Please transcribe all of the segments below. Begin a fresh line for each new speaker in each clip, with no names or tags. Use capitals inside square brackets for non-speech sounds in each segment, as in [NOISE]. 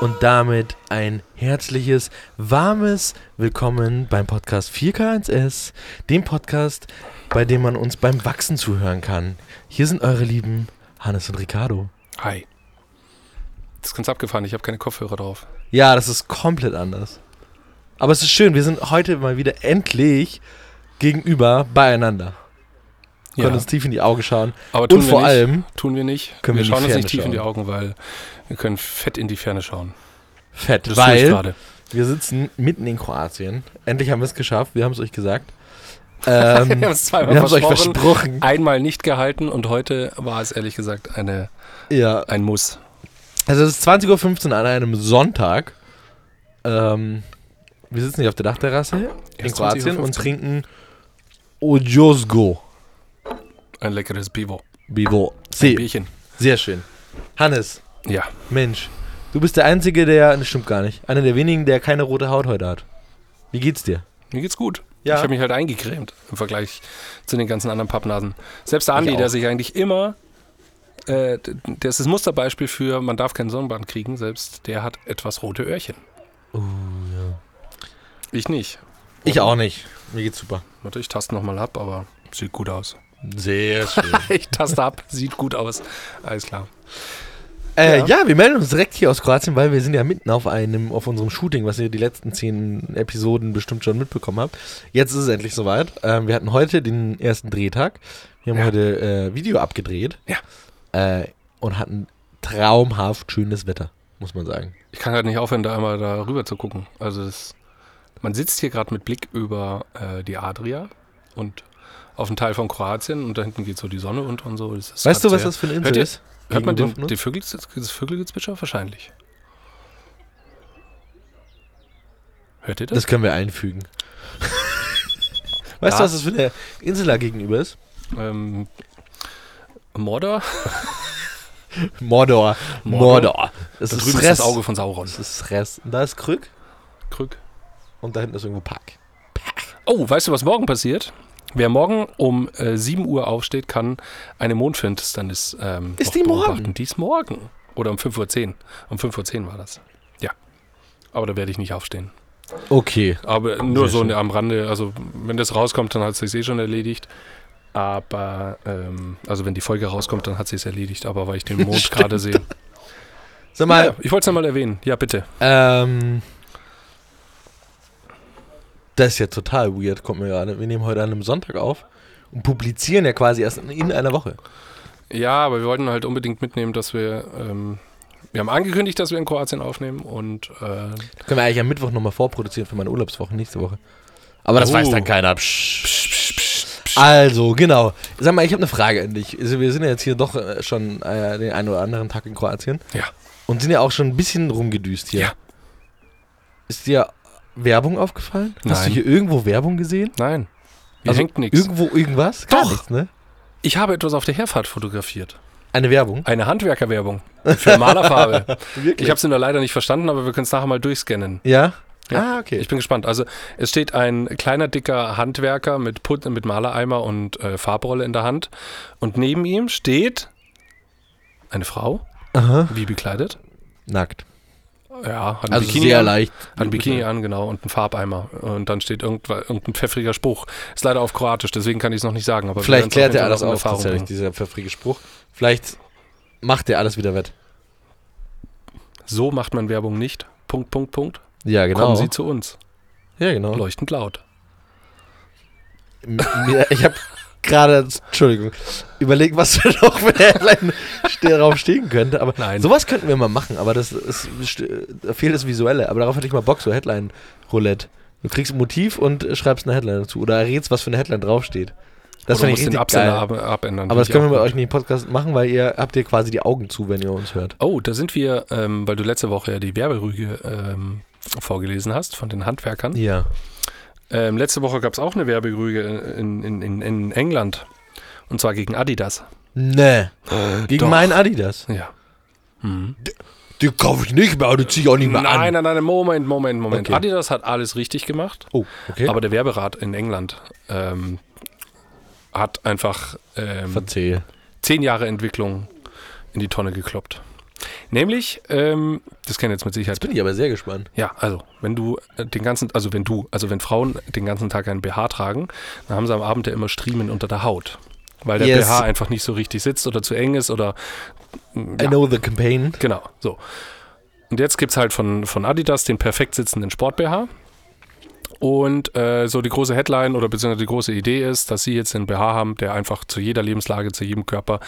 Und damit ein herzliches, warmes Willkommen beim Podcast 4K1S, dem Podcast, bei dem man uns beim Wachsen zuhören kann. Hier sind eure Lieben Hannes und Ricardo.
Hi. Das ist ganz abgefahren, ich habe keine Kopfhörer drauf.
Ja, das ist komplett anders. Aber es ist schön, wir sind heute mal wieder endlich gegenüber beieinander. Wir können
Ja.
uns tief in die Augen schauen.
Aber
und vor
wir nicht,
allem
tun wir nicht.
können wir
wir
in die
schauen uns
Ferne
nicht tief
schauen.
in die Augen, weil wir können fett in die Ferne schauen.
fett,
Das tue ich
weil
gerade.
wir sitzen mitten in Kroatien. Endlich haben wir es geschafft, wir haben es euch
[LAUGHS]
gesagt. Ähm,
Wir haben es zweimal
wir haben es euch
versprochen.
versprochen.
Einmal nicht gehalten und heute war es ehrlich gesagt eine,
Ja,
ein Muss.
Also es ist 20.15 Uhr an einem Sonntag. Ähm, wir sitzen hier auf der Dachterrasse in
Erst
Kroatien
20:15.
und trinken Ojosgo
Ein leckeres Bivo.
Bivo.
Ein
Sie,
Bierchen.
sehr schön. Hannes,
Ja.
Mensch, du bist der Einzige, der, das stimmt gar nicht, einer der wenigen, der keine rote Haut heute hat. Wie geht's dir?
Mir geht's gut.
Ja.
Ich habe mich halt eingecremt im Vergleich zu den ganzen anderen Pappnasen. Selbst der Andi,
auch.
der sich eigentlich immer, äh, d- der ist das Musterbeispiel für, man darf keinen Sonnenbrand kriegen, selbst der hat etwas rote Öhrchen. Oh, Ich nicht.
Ich auch nicht. Mir geht's super.
Warte, ich taste nochmal ab, aber sieht gut aus.
Sehr schön.
Ich taste [LAUGHS] ab, sieht gut aus. Alles klar.
Äh, ja.
Ja.
wir melden uns direkt hier aus Kroatien, weil wir sind ja mitten auf einem, auf unserem Shooting, was ihr die letzten zehn Episoden bestimmt schon mitbekommen habt. Jetzt ist es endlich soweit. Ähm, wir hatten heute den ersten Drehtag. Wir haben
Ja.
heute äh, Video abgedreht.
Ja.
Äh, und hatten traumhaft schönes Wetter, muss man sagen.
Ich kann halt nicht aufhören, da einmal da rüber zu gucken. Also das, man sitzt hier gerade mit Blick über äh, die Adria und auf einen Teil von Kroatien und da hinten geht so die Sonne unter und so. Das ist
weißt du,
grad
was
sehr-
das für eine
Hört
Insel
ihr-
ist?
Hört man den,
Gegenüber von
den
uns?
Vögel, das Vögelgezwitscher? Wahrscheinlich. Hört ihr das?
Das können wir
[LAUGHS]
einfügen. weißt du,
Ja.
was das für eine Insel da gegenüber ist?
Ähm, Mordor?
Mordor.
Mordor.
Mordor. Das
Da
ist
drüben ist
Sres.
das Auge von Sauron.
Das ist Sres. Und da ist Krück.
Krück.
Und da hinten ist irgendwo Park.
Oh, weißt du, was morgen passiert? Wer morgen um äh, 7 Uhr aufsteht, kann eine Mondfinsternis ähm,
Ist
noch
die morgen?
beobachten. Die ist morgen. Oder um 5.10 Uhr. Um 5.10 Uhr war das. Ja. Aber da werde ich nicht aufstehen.
Okay.
Aber nur
Sehr
so
schön.
am Rande, also wenn das rauskommt, dann hat es sich eh schon erledigt. Aber, ähm, also wenn die Folge rauskommt, dann hat sie es erledigt, aber weil ich den
[LAUGHS]
Mond gerade sehe.
Sag
Mal, ja,
mal,
ich wollte es mal erwähnen. Ja, bitte.
ähm. Das ist ja total weird, kommt mir gerade. Wir nehmen heute an einem Sonntag auf und publizieren ja quasi erst in, in einer Woche.
Ja, aber wir wollten halt unbedingt mitnehmen, dass wir, ähm, wir haben angekündigt, dass wir in Kroatien aufnehmen und äh,
Das können wir eigentlich am Mittwoch nochmal vorproduzieren für meine Urlaubswoche nächste Woche. Aber das
Oh.
weiß dann keiner. Psch, psch, psch, psch, psch. Also, genau. Sag mal, ich habe eine Frage an dich. Also, wir sind ja jetzt hier doch äh, schon äh, den einen oder anderen Tag in Kroatien.
Ja.
Und sind ja auch schon ein bisschen rumgedüst hier.
Ja.
Ist dir Werbung aufgefallen? Hast du
Nein.
hier irgendwo Werbung gesehen?
nein, hier
Also
hängt nichts.
Irgendwo irgendwas? Gar
Doch.
nichts, ne?
Ich habe etwas auf der Herfahrt fotografiert.
Eine Werbung.
Eine Handwerkerwerbung
[LAUGHS]
für Malerfarbe.
Wirklich?
ich habe sie nur leider nicht verstanden, aber wir können es nachher mal durchscannen.
ja?
Ja.
Ah, okay.
Ich bin gespannt. Also es steht ein kleiner, dicker Handwerker mit, Put mit Malereimer und äh, Farbrolle in der Hand. Und neben ihm steht eine Frau,
Aha.
wie bekleidet.
Nackt.
Ja, hat ein
Also
Bikini
sehr
an.
leicht.
Hat ein Bikini an, genau, und einen Farbeimer. Und dann steht irgendwa- irgendein pfeffriger Spruch. Ist leider auf Kroatisch, deswegen kann ich es noch nicht sagen. Aber wir
Vielleicht
werden's
klärt
jeden
er
Fall
alles
noch in
auf,
Erfahrung
tatsächlich,
bringen.
dieser pfeffrige Spruch. Vielleicht macht er alles wieder wett.
So macht man Werbung nicht. Punkt, Punkt, Punkt.
Ja, genau.
Kommen Sie zu uns.
ja, genau.
Leuchtend laut.
M- mir- ich habe gerade, Entschuldigung, überlegt, was wir noch für Headline ste- drauf stehen könnte. Aber
Nein.
sowas könnten wir mal machen, aber das ist, st- da fehlt das Visuelle. Aber darauf hätte ich mal Bock, so Headline-Roulette. Du kriegst ein Motiv und äh, schreibst eine Headline dazu oder errätst, was für eine Headline draufsteht. Das finde
Oder
ich
muss den
richtig
Absender
geil.
ab- abändern.
Aber das
Finde ich
können wir
auch
bei
gut.
euch nicht im Podcast machen, weil ihr habt ihr quasi die Augen zu, wenn ihr uns hört.
Oh, da sind wir, ähm, weil du letzte Woche ja die Werberüge ähm, vorgelesen hast von den Handwerkern.
Ja.
Ähm, letzte Woche gab es auch eine Werberüge in, in, in, in England. Und zwar gegen Adidas.
Nee. Gegen
doch.
meinen Adidas.
Ja.
Die kaufe ich nicht mehr, die ziehe ich auch nicht mehr
Nein,
an.
nein, nein, Moment, Moment, Moment.
Okay.
Adidas hat alles richtig gemacht,
Oh, okay.
aber der Werberat in England ähm, hat einfach ähm,
Verzehe.
zehn Jahre Entwicklung in die Tonne gekloppt. Nämlich, ähm, das kennen jetzt mit Sicherheit.
Jetzt bin ich aber sehr gespannt.
Ja, also, wenn du äh, den ganzen, also wenn du, also wenn Frauen den ganzen Tag einen BH tragen, dann haben sie am Abend ja immer Striemen unter der Haut. Weil der
Yes.
BH einfach nicht so richtig sitzt oder zu eng ist oder
I know the campaign.
Genau, so. Und jetzt gibt es halt von, von Adidas den perfekt sitzenden Sport-BH. Und äh, so die große Headline oder beziehungsweise die große Idee ist, dass sie jetzt einen BH haben, der einfach zu jeder Lebenslage, zu jedem Körper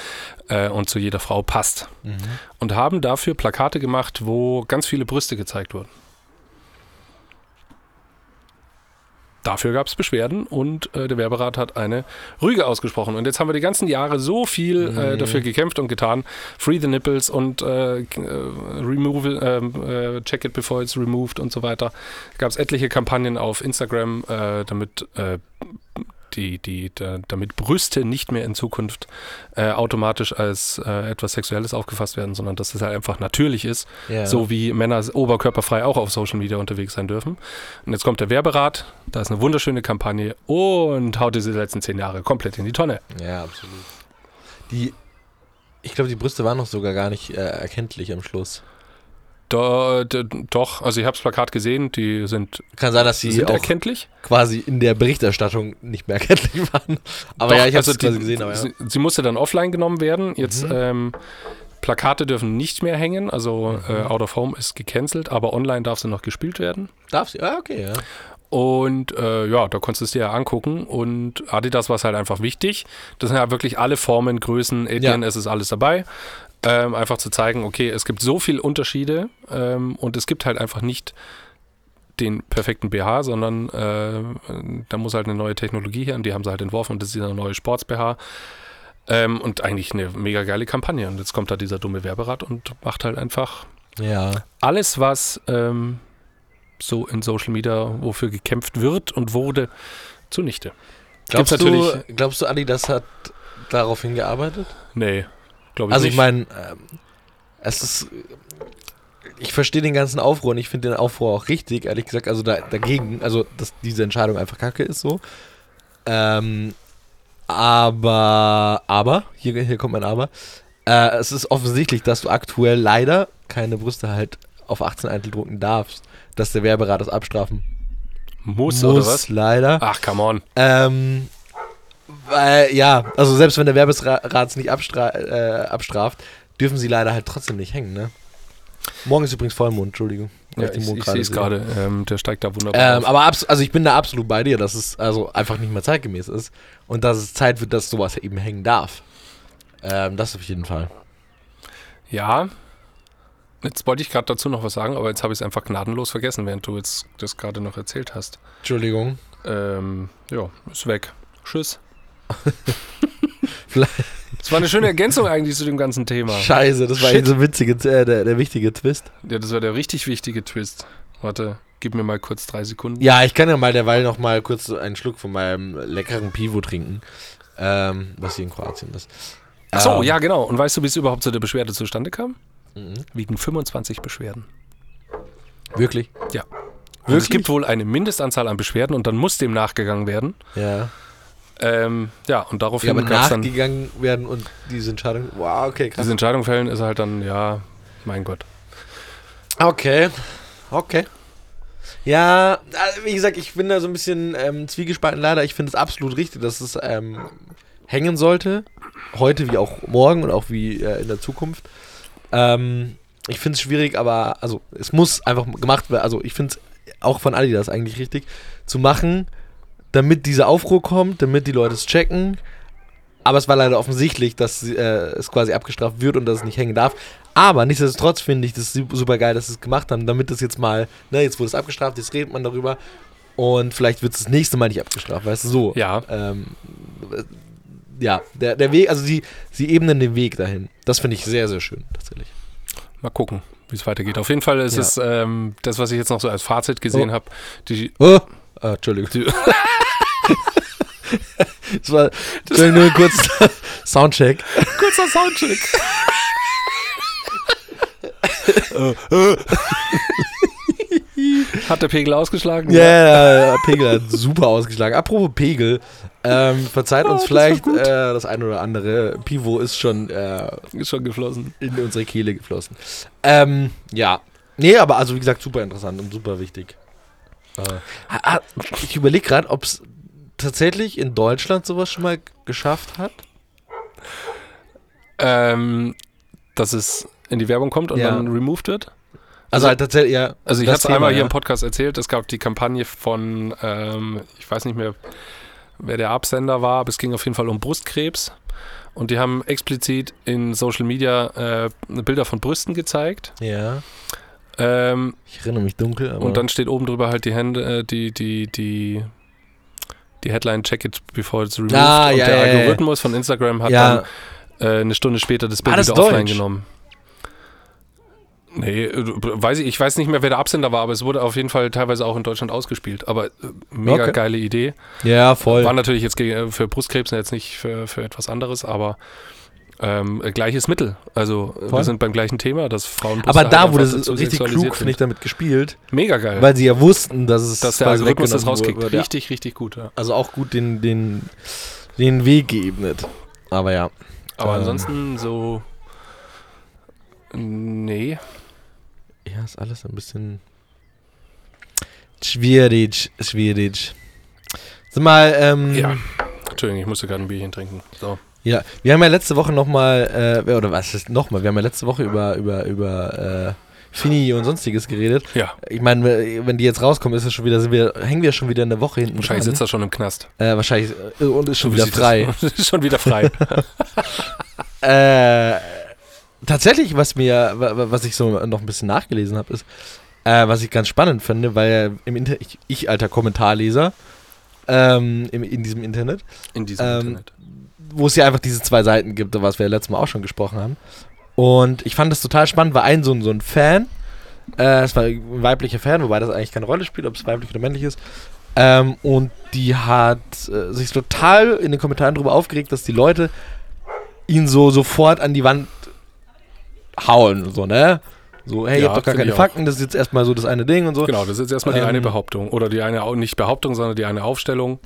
äh, und zu jeder Frau passt.
Mhm.
Und haben dafür Plakate gemacht, wo ganz viele Brüste gezeigt wurden. Dafür gab es Beschwerden und äh, der Werberat hat eine Rüge ausgesprochen. Und jetzt haben wir die ganzen Jahre so viel äh, dafür gekämpft und getan. Free the Nipples und äh, k- äh, Removal, ähm, äh, Check it before it's removed und so weiter. Gab es etliche Kampagnen auf Instagram, äh, damit, äh, die, die, da, damit Brüste nicht mehr in Zukunft äh, automatisch als äh, etwas Sexuelles aufgefasst werden, sondern dass es halt einfach natürlich ist.
Ja.
So wie Männer oberkörperfrei auch auf Social Media unterwegs sein dürfen. Und jetzt kommt der Werberat, da ist eine wunderschöne Kampagne und haut diese letzten zehn Jahre komplett in die Tonne.
Ja, absolut. Die, ich glaube, die Brüste waren noch sogar gar nicht äh, erkenntlich am Schluss.
Do, d- doch, also ich habe das Plakat gesehen, die sind,
Kann sein, dass sie
sind
auch
erkenntlich.
quasi in der Berichterstattung nicht mehr [LAUGHS] erkenntlich waren. Aber
doch, also
ja, ich habe es
die-
quasi gesehen. Aber ja. Mhm.
sie, sie musste dann offline genommen werden. Jetzt ähm, Plakate dürfen nicht mehr hängen, also
Mhm.
äh, Out of Home ist gecancelt, aber online darf sie noch gespielt werden.
Darf sie? Ah, okay, ja.
Und äh, ja, da konntest du es dir ja angucken. Und Adidas war es halt einfach wichtig. Das sind ja wirklich alle Formen, Größen, Ethnien,
Ja.
es ist alles dabei. Ähm, einfach zu zeigen, okay, es gibt so viele Unterschiede ähm, und es gibt halt einfach nicht den perfekten BH, sondern äh, da muss halt eine neue Technologie her und die haben sie halt entworfen und das ist dieser neue Sports-BH. Ähm, und eigentlich eine mega geile Kampagne. Und jetzt kommt da dieser dumme Werberat und macht halt einfach
Ja.
alles, was ähm, so in Social Media, wofür gekämpft wird und wurde, zunichte. Gibt's
Glaubst, du,
natürlich-
glaubst du, Adidas hat darauf hingearbeitet?
Nee, glaube ich
Also
nicht.
ich meine, ähm, es ist. Ich verstehe den ganzen Aufruhr und ich finde den Aufruhr auch richtig, ehrlich gesagt. Also da, dagegen, also dass diese Entscheidung einfach kacke ist so. Ähm, aber, aber, hier, hier kommt mein Aber. Äh, es ist offensichtlich, dass du aktuell leider keine Brüste halt auf 18 Eintel drucken darfst, dass der Werberat das abstrafen
muss,
muss,
oder was?
leider.
Ach, come on.
Ähm, weil, ja, also selbst wenn der Werberat es nicht abstra äh, abstraft, dürfen sie leider halt trotzdem nicht hängen, ne? Morgen ist übrigens Vollmond, Entschuldigung. weil
Ja,
den
ich
Mond
ich sehe es
sehe.
gerade. Ähm, der steigt da wunderbar.
Ähm,
auf.
aber abs also ich bin da absolut bei dir, dass es also einfach nicht mehr zeitgemäß ist und dass es Zeit wird, dass sowas eben hängen darf. Ähm, das auf jeden Fall.
Ja. Jetzt wollte ich gerade dazu noch was sagen, aber jetzt habe ich es einfach gnadenlos vergessen, während du jetzt das gerade noch erzählt hast.
Entschuldigung.
Ähm, ja, ist weg.
[LAUGHS]
Tschüss.
Vielleicht-
Das war eine schöne Ergänzung eigentlich zu dem ganzen Thema.
Scheiße, das war
Shit.
jetzt so witzige, äh, der, der wichtige Twist.
Ja, das war der richtig wichtige Twist. Warte, gib mir mal kurz drei Sekunden.
Ja, ich kann ja mal derweil noch mal kurz einen Schluck von meinem leckeren Pivo trinken, ähm, was hier in Kroatien ist.
Ach so,
Ähm,
ja, genau. Und weißt du, wie es überhaupt zu der Beschwerde zustande kam?
Mhm.
Wegen 25 Beschwerden.
Wirklich?
Ja. Und
Wirklich?
es gibt wohl eine Mindestanzahl an Beschwerden und dann muss dem nachgegangen werden.
Ja.
Ähm, ja, und
ja
daraufhin
aber
gab es dann diese
nachgegangen werden und diese Entscheidung. Wow, okay, krass.
Entscheidung fällen, ist halt dann, ja, mein Gott.
Okay. Okay. Ja, also, wie gesagt, ich bin da so ein bisschen ähm, zwiegespalten leider. Ich finde es absolut richtig, dass es ähm, hängen sollte. Heute wie auch morgen und auch wie äh, in der Zukunft. Ähm, ich finde es schwierig, aber also es muss einfach gemacht werden. Also ich finde es auch von Adidas eigentlich richtig zu machen, damit dieser Aufruhr kommt, damit die Leute es checken. Aber es war leider offensichtlich, dass äh, es quasi abgestraft wird und dass es nicht hängen darf. Aber nichtsdestotrotz finde ich das super geil, dass sie es gemacht haben, damit das jetzt mal, ne, jetzt wurde es abgestraft, jetzt redet man darüber und vielleicht wird es das nächste Mal nicht abgestraft, weißt du, so.
Ja,
Ähm, äh, ja, der, der Weg, also sie, sie ebnen den Weg dahin. Das finde ich sehr, sehr schön, tatsächlich.
mal gucken, wie es weitergeht. Auf jeden Fall ist
Ja.
es ähm, das, was ich jetzt noch so als Fazit gesehen
Oh.
habe. Die,
Oh, ah, Entschuldigung.
Die-
[LAUGHS] das war Entschuldigung, nur kurz Soundcheck.
Kurzer Soundcheck. Hat der Pegel ausgeschlagen?
Ja, der Pegel hat super ausgeschlagen. Apropos Pegel, ähm, verzeiht
Oh,
uns
das war
vielleicht
gut.
äh, das ein oder andere. Pivo ist schon äh,
Ist schon geflossen.
in unsere Kehle geflossen. Ähm, ja. Nee, aber also wie gesagt, super interessant und super wichtig. Äh, ha- ha- ich überlege gerade, ob es tatsächlich in Deutschland sowas schon mal g- geschafft hat.
Ähm, dass es in die Werbung kommt und
Ja.
dann removed wird.
Also halt tatsächlich, ja.
Also ich
das
habe es
Thema,
einmal hier
ja.
im Podcast erzählt, es gab die Kampagne von, ähm, ich weiß nicht mehr, wer der Absender war, aber es ging auf jeden Fall um Brustkrebs. Und die haben explizit in Social Media äh, Bilder von Brüsten gezeigt.
Ja,
Ähm,
ich erinnere mich dunkel, aber.
und dann steht oben drüber halt die Hände, äh, die, die, die, die Headline Check it before it's removed.
Ah,
und
ja,
der
ja, ja.
Algorithmus von Instagram hat
ja,
dann äh, eine Stunde später das
War
Bild
Ah, das
wieder offline
deutsch?
genommen. Nee, äh, weiß ich, ich weiß nicht mehr, wer der Absender war, aber es wurde auf jeden Fall teilweise auch in Deutschland ausgespielt. Aber äh, mega
Okay.
geile Idee.
ja, voll.
War natürlich jetzt gegen- äh, für Brustkrebs und jetzt nicht für, für etwas anderes, aber ähm, äh, gleiches Mittel. Also äh,
Voll.
wir sind beim gleichen Thema, dass Frauen
aber
Brüste
da
halt
wurde
einfach
es
dazu
richtig
sexualisiert
klug,
sind.
finde ich, damit gespielt,
Mega geil,
weil sie ja wussten, dass es
dass der
quasi
Algorithmus das
weggenommen
rauskickt.
wurde. Ja.
Richtig, richtig gut. Ja.
Also auch gut den, den, den Weg geebnet. Aber ja.
Aber
Ähm.
ansonsten so. Nee.
Ja, ist alles ein bisschen schwierig, schwierig. Sag mal, ähm,
Ja. Entschuldigung, ich musste gerade ein Bierchen trinken. So.
ja, wir haben ja letzte Woche nochmal, äh, oder was ist nochmal, wir haben ja letzte Woche über, über, über äh, Fini und sonstiges geredet.
Ja.
Ich meine, wenn die jetzt rauskommen, ist es schon wieder, sind wir, hängen wir schon wieder eine Woche hinten
Wahrscheinlich
dran.
sitzt er schon im Knast.
äh, wahrscheinlich, äh, und ist schon wieder
Sieht
frei.
das- Ist [LAUGHS] schon
[LAUGHS]
wieder frei.
Äh, tatsächlich, was mir, wa- wa- was ich so noch ein bisschen nachgelesen habe, ist, äh, was ich ganz spannend finde, weil im Inter ich, ich alter Kommentarleser ähm, im, in diesem Internet,
In diesem
Ähm,
Internet.
wo es ja einfach diese zwei Seiten gibt, was wir ja letztes Mal auch schon gesprochen haben. Und ich fand das total spannend, weil ein so ein, so ein Fan, äh, es war ein weiblicher Fan, wobei das eigentlich keine Rolle spielt, ob es weiblich oder männlich ist. Ähm, und die hat äh, sich total in den Kommentaren darüber aufgeregt, dass die Leute ihn so sofort an die Wand hauen. So, ne? So, hey, ihr
Ja,
habt doch gar
find
keine
ich auch.
Fakten, das ist jetzt erstmal so das eine Ding und so.
Genau, das ist jetzt erstmal die eine
ähm,
Behauptung. Oder die eine, Au- nicht Behauptung, sondern die eine Aufstellung.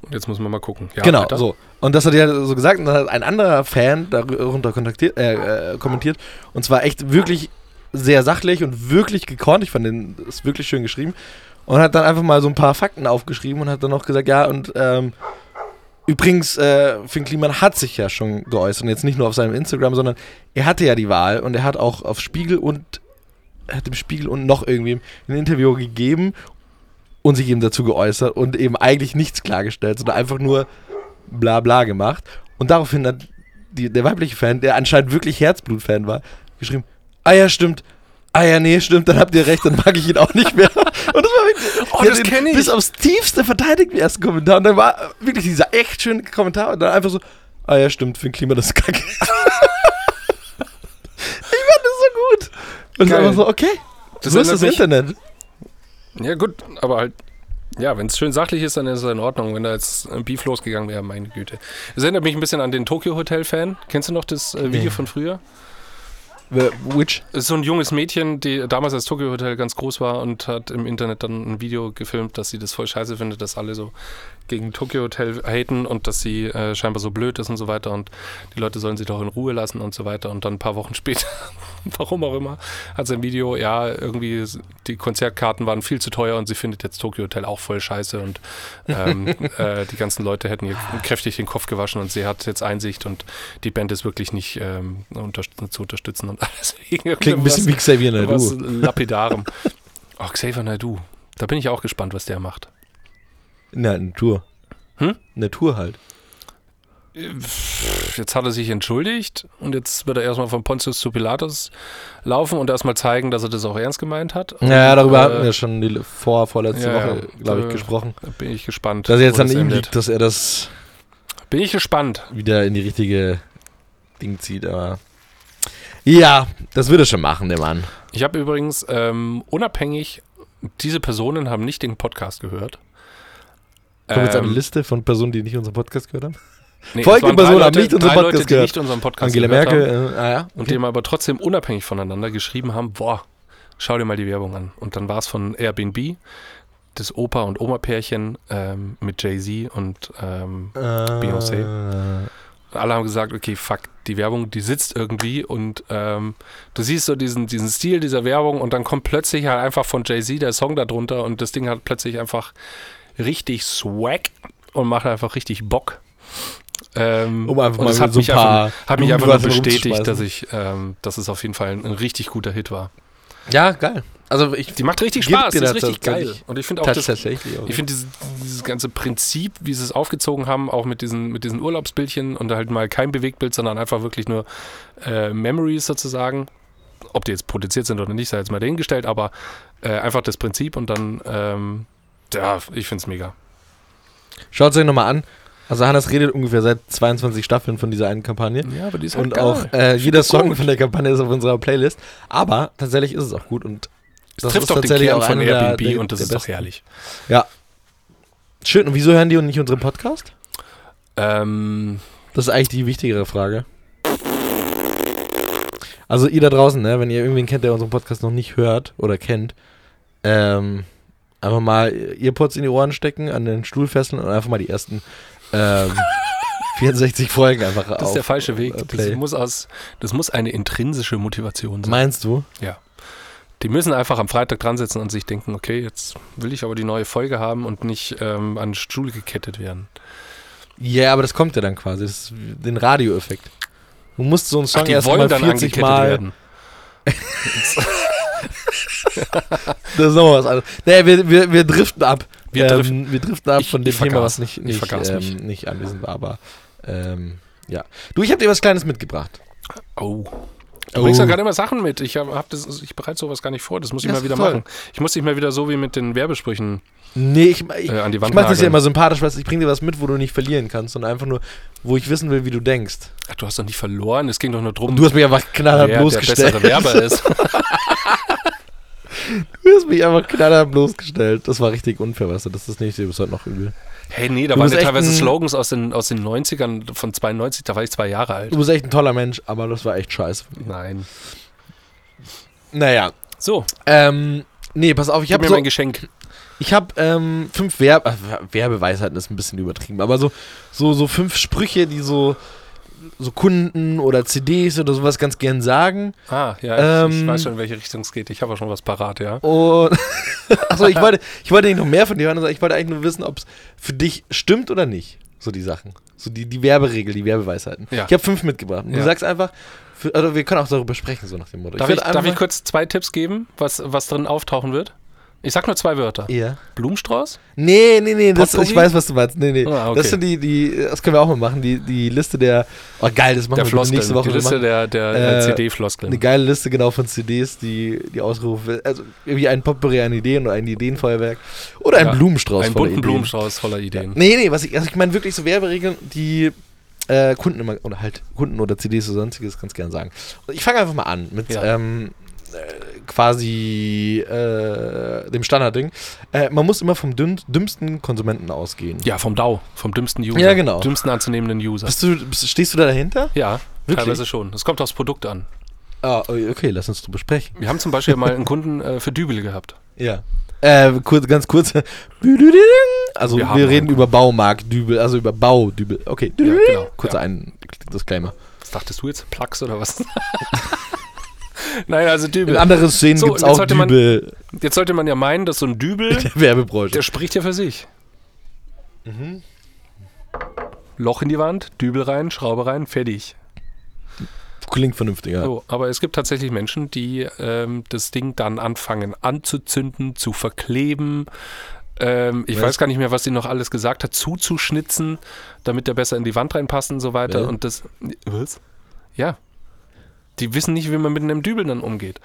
Und jetzt muss man mal gucken. Ja,
genau,
weiter.
so. Und das hat er so gesagt und dann hat ein anderer Fan darunter kontaktiert, äh, äh, kommentiert. Und zwar echt wirklich sehr sachlich und wirklich gekonnt. Ich fand den ist wirklich schön geschrieben. Und hat dann einfach mal so ein paar Fakten aufgeschrieben und hat dann auch gesagt, ja, und ähm, übrigens, äh, Finn Kliman hat sich ja schon geäußert. Und jetzt nicht nur auf seinem Instagram, sondern er hatte ja die Wahl und er hat auch auf Spiegel und er hat dem Spiegel und noch irgendwie ein Interview gegeben und sich eben dazu geäußert und eben eigentlich nichts klargestellt, sondern einfach nur bla bla gemacht. Und daraufhin hat die, der weibliche Fan, der anscheinend wirklich Herzblut-Fan war, geschrieben, ah ja, stimmt, ah ja, nee, stimmt, dann habt ihr recht, dann mag ich ihn auch
[LAUGHS]
nicht mehr. Und das war wirklich,
Oh,
die
das
hat ihn
kenn ich.
bis aufs Tiefste verteidigt im ersten Kommentar. Und dann war wirklich dieser echt schöne Kommentar und dann einfach so, ah ja, stimmt, für ein Klima das [LAUGHS] ist kacke. ich fand das so gut. Und es war
Geil.
einfach so, okay,
Das
so ist
erinnert
das
mich-
Internet.
Ja, gut, aber halt. Ja, wenn es schön sachlich ist, dann ist es in Ordnung. Wenn da jetzt ein Beef losgegangen wäre, meine Güte. Es erinnert mich ein bisschen an den Tokyo Hotel Fan. Kennst du noch das äh, Video
Nee.
von früher?
Which?
Es ist so ein junges Mädchen, die damals als Tokyo Hotel ganz groß war und hat im Internet dann ein Video gefilmt, dass sie das voll scheiße findet, dass alle so gegen Tokyo Hotel haten und dass sie äh, scheinbar so blöd ist und so weiter und die Leute sollen sie doch in Ruhe lassen und so weiter. Und dann ein paar Wochen [LAUGHS] später, warum auch immer, hat sie ein Video, ja, irgendwie s- die Konzertkarten waren viel zu teuer und sie findet jetzt Tokyo Hotel auch voll scheiße und
[LAUGHS]
ähm, äh, die ganzen Leute hätten ihr kräftig den Kopf gewaschen und sie hat jetzt Einsicht und die Band ist wirklich nicht ähm, unterst- zu unterstützen und [LAUGHS] alles.
Klingt ein bisschen wie Xavier Naidu.
Was Lapidarem. Oh, Xavier Naidu. Da bin ich auch gespannt, was der macht.
Na, eine Tour.
Hm?
Eine Tour halt.
Äh, Jetzt hat er sich entschuldigt und jetzt wird er erstmal von Pontius zu Pilatus laufen und erstmal zeigen, dass er das auch ernst gemeint hat. Und,
Ja, darüber
äh,
hatten wir schon die vor, vorletzte
ja,
Woche,
ja.
glaube ich,
Äh,
gesprochen.
da Bin ich gespannt.
Dass er jetzt
wo
an
das
ihm
endet.
liegt, dass er das
Bin ich gespannt.
wieder in die richtige Ding zieht, aber. Ja, das würde er schon machen, der Mann.
Ich habe übrigens ähm, unabhängig, diese Personen haben nicht den Podcast gehört.
Kommt jetzt eine
Ähm,
Liste von Personen, die nicht unseren Podcast gehört haben?
nee,
Folgende
es waren drei
Personen haben
Leute-
nicht unseren
drei
Podcast
Leute,
gehört.
Die nicht unseren Podcast
Angela
gehört haben.
Merkel, äh, ah ja.
und
okay.
dem aber trotzdem unabhängig voneinander geschrieben haben, boah, Schau dir mal die Werbung an. Und dann war es von Airbnb, das Opa- und Oma-Pärchen ähm, mit Jay-Z und ähm,
Äh,
Beyoncé. alle haben gesagt, okay, fuck, die Werbung, die sitzt irgendwie und ähm, du siehst so diesen, diesen Stil dieser Werbung und dann kommt plötzlich halt einfach von Jay-Z der Song da drunter und das Ding hat plötzlich einfach richtig Swag und macht einfach richtig Bock. Ähm,
Um einfach
und
mal
es hat
so
mich
ein paar
einfach, hat mich einfach nur
Blumenwasser
bestätigt,
rumzuschmeißen.
dass ich, ähm, dass es auf jeden Fall ein, ein richtig guter Hit war.
Ja, geil. Also ich
Die macht richtig
Gibt
Spaß,
dir
die ist
das
richtig geil.
tatsächlich-
Und ich finde auch das,
tatsächlich.
ich finde dieses, dieses ganze Prinzip, wie sie es aufgezogen haben, auch mit diesen, mit diesen Urlaubsbildchen und halt mal kein Bewegtbild, sondern einfach wirklich nur äh, Memories sozusagen. Ob die jetzt produziert sind oder nicht, sei jetzt mal dahingestellt, aber äh, einfach das Prinzip und dann, ähm, ja, ich finde es mega.
Schaut es euch nochmal an. Also Hannes redet ungefähr seit 22 Staffeln von dieser einen Kampagne.
Ja, aber die ist
Und auch äh, jeder Song von der Kampagne ist auf unserer Playlist. Aber tatsächlich ist es auch gut und
Es
das
trifft
ist
doch den
tatsächlich
Kern
auch
von
einer der-
Airbnb
der-
und das
der
ist doch
besten.
herrlich.
schön. Und wieso hören die und nicht unseren Podcast?
Ähm,
Das ist eigentlich die wichtigere Frage. Also ihr da draußen, ne, wenn ihr irgendwen kennt, der unseren Podcast noch nicht hört oder kennt, ähm, einfach mal Earpods in die Ohren stecken, an den Stuhl fesseln und einfach mal die ersten
[LAUGHS]
ähm, 64 Folgen einfach
das ist der falsche Weg.
äh,
Das
Play.
muss, aus, das muss eine intrinsische Motivation sein.
Meinst du?
Die müssen einfach am Freitag dran sitzen und sich denken, okay, jetzt will ich aber die neue Folge haben und nicht ähm, an den Stuhl gekettet werden.
Ja, aber das kommt ja dann quasi. Das ist den Radioeffekt. Du musst so einen Song
die
erst mal 40 Mal. Das ist nochmal was anderes. Naja, wir, wir, wir driften ab.
Wir
ähm,
driften-
wir driften ab
Ich-
von dem
ich
Thema,
vergaß.
was nicht, nicht,
vergaß
ähm,
mich.
nicht anwesend war. Aber ähm, ja. Du, ich habe dir was Kleines mitgebracht.
Oh. Du
Oh.
bringst ja gerade immer Sachen mit. Ich, hab, hab das, ich bereite sowas gar nicht vor. Das muss ich
Das
mal
ist
wieder
toll.
machen. Ich muss dich mal wieder so wie mit den Werbesprüchen
Nee, ich, ich,
äh, an die Wand
ich mache das ja
nageln.
immer sympathisch, weißt du, ich bringe dir was mit, wo du nicht verlieren kannst, sondern einfach nur, wo ich wissen will, wie du denkst.
Ach, du hast doch nicht verloren. Es ging doch nur drum,
Du hast mich einfach knallhart
wer der
bloßgestellt.
bessere Werber ist.
[LAUGHS] Du hast mich einfach knallhart bloßgestellt. Das war richtig unfair, weißt du. Das ist nicht, du bist heute noch übel.
Hey, nee, da
Du
waren
bist
ja
echt
teilweise
ein-
Slogans aus den, aus den 90ern von 92. Da war ich zwei Jahre alt.
Du bist echt ein toller Mensch, aber das war echt scheiße.
Nein.
Naja,
So,
ähm, nee, pass auf, ich
gib
habe
mir
so,
mein Geschenk.
Ich habe ähm, fünf Werb äh, Werbeweisheiten ist ein bisschen übertrieben, aber so, so, so fünf Sprüche, die so, so Kunden oder CDs oder sowas ganz gern sagen.
Ah, ja, ich, ich
Ähm,
weiß schon, in welche Richtung es geht. Ich habe auch schon was parat, ja.
Und [LAUGHS] achso, ich wollte, ich wollte nicht noch mehr von dir hören, sondern ich wollte eigentlich nur wissen, ob es für dich stimmt oder nicht. So die Sachen. So die, die Werberegel, die Werbeweisheiten.
Ja.
Ich habe fünf mitgebracht. Und Du
Ja.
sagst einfach, für, also wir können auch darüber sprechen, so nach dem Motto.
Darf ich,
würd
darf ich
einfach-
kurz zwei Tipps geben, was, was drin auftauchen wird? Ich sag nur zwei Wörter.
Ja.
Blumenstrauß?
Nee, nee, nee, das,
Potpourri?
ich weiß, was du meinst. Nee, nee.
Ah, okay.
Das sind die, die, das können wir auch mal machen, die, die Liste der, oh geil, das machen wir
Der
bitte
Floskeln.
nächste Woche.
die
Wir
Liste
machen
der, der äh,
äh,
CD-Floskeln.
eine geile Liste genau von CDs, die, die Ausrufe, also irgendwie ein Potpourri an Ideen oder ein Ideenfeuerwerk oder ein
Ja,
Blumenstrauß
Einen
voller
bunten
Ideen.
Blumenstrauß voller Ideen.
Nee, nee, was ich, also ich meine wirklich so Werberegeln, die äh, Kunden immer, oder halt Kunden oder CDs oder sonstiges ganz gern sagen. Und ich fange einfach mal an mit
Ja.
ähm, äh, quasi äh, dem Standardding. Äh, man muss immer vom dünn, dümmsten Konsumenten ausgehen.
Ja, vom DAO, vom dümmsten User.
Ja, genau.
Dümmsten anzunehmenden User.
Bist du, bist, stehst du da dahinter?
ja,
Wirklich?
teilweise schon. Es kommt aufs Produkt an.
Ah, okay, lass uns drüber sprechen.
Wir haben zum Beispiel mal einen Kunden äh, für Dübel gehabt.
Ja. Äh, kurz, ganz kurz. Also
Wir
wir,
haben einen.
reden über Baumarktdübel, also über Baudübel. Okay,
Ja, genau.
kurzer ein Disclaimer.
Was dachtest du jetzt? Plax oder was? [LAUGHS] Nein, also
In
Dübel.
anderen Szenen
So,
gibt's
und jetzt
auch
sollte man-
Dübel
Jetzt sollte man ja meinen, dass so ein Dübel,
der Werbebranche.
der spricht ja für sich. Loch in die Wand, Dübel rein, Schraube rein, fertig.
Klingt vernünftiger.
So, aber es gibt tatsächlich Menschen, die ähm, das Ding dann anfangen anzuzünden, zu verkleben. Ähm, ich
Was?
weiß gar nicht mehr, was sie noch alles gesagt hat, zuzuschnitzen, damit der besser in die Wand reinpasst und so weiter.
Was?
Und das. Was? Ja. Die wissen nicht, wie man mit einem Dübel dann umgeht.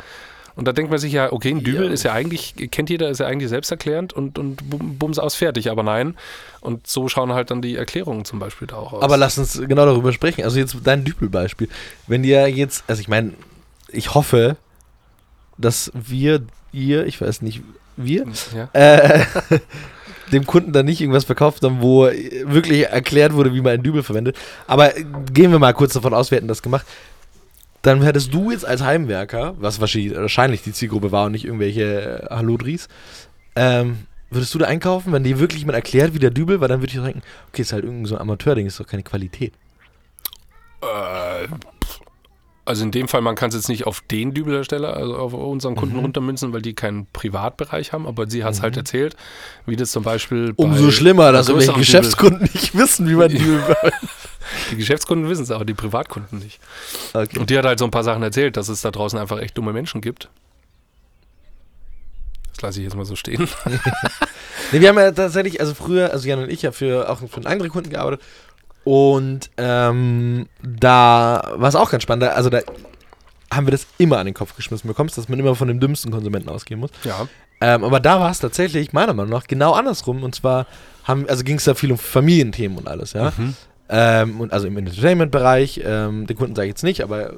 Und da denkt man sich ja, okay, ein Dübel
Ja.
ist ja eigentlich, kennt jeder, ist ja eigentlich selbsterklärend und, und bum- bums aus fertig, aber nein. Und so schauen halt dann die Erklärungen zum Beispiel da auch aus.
Aber lass uns genau darüber sprechen. Also jetzt dein Dübel-Beispiel. Wenn ihr jetzt, also ich meine, ich hoffe, dass wir, ihr, ich weiß nicht, wir,
ja.
äh, [LAUGHS] dem Kunden dann nicht irgendwas verkauft haben, wo wirklich erklärt wurde, wie man einen Dübel verwendet. Aber gehen wir mal kurz davon aus, wir hätten das gemacht. dann hättest du jetzt als Heimwerker, was wahrscheinlich die Zielgruppe war und nicht irgendwelche Halodris, ähm, würdest du da einkaufen, wenn dir wirklich jemand erklärt, wie der Dübel, weil dann würde ich doch denken, okay, ist halt irgendein so ein Amateurding, ist doch keine Qualität.
Äh, pff. also in dem Fall, man kann es jetzt nicht auf den Dübelhersteller, also auf unseren Kunden runtermünzen, weil die keinen Privatbereich haben, aber sie hat es halt erzählt, wie das zum Beispiel bei
Umso schlimmer, dass
größeren
irgendwelche
Dübel-
Also Geschäftskunden [LAUGHS] nicht wissen, wie man Dübel
Die Geschäftskunden wissen es, aber die Privatkunden nicht.
okay.
Und die hat halt so ein paar Sachen erzählt, dass es da draußen einfach echt dumme Menschen gibt. Das lasse ich jetzt mal so stehen.
nee, Wir haben ja tatsächlich, also früher, also Jan und ich, ja für, auch für einen anderen Kunden gearbeitet. Und ähm, da war es auch ganz spannend. da- Also da haben wir das immer an den Kopf geschmissen bekommen, dass man immer von dem dümmsten Konsumenten ausgehen muss.
Ja.
Ähm, aber da war es tatsächlich meiner Meinung nach genau andersrum. Und zwar haben, also ging es da viel um Familienthemen und alles,
Mhm.
ja. Ähm, und also im Entertainment-Bereich, ähm, den Kunden sage ich jetzt nicht, aber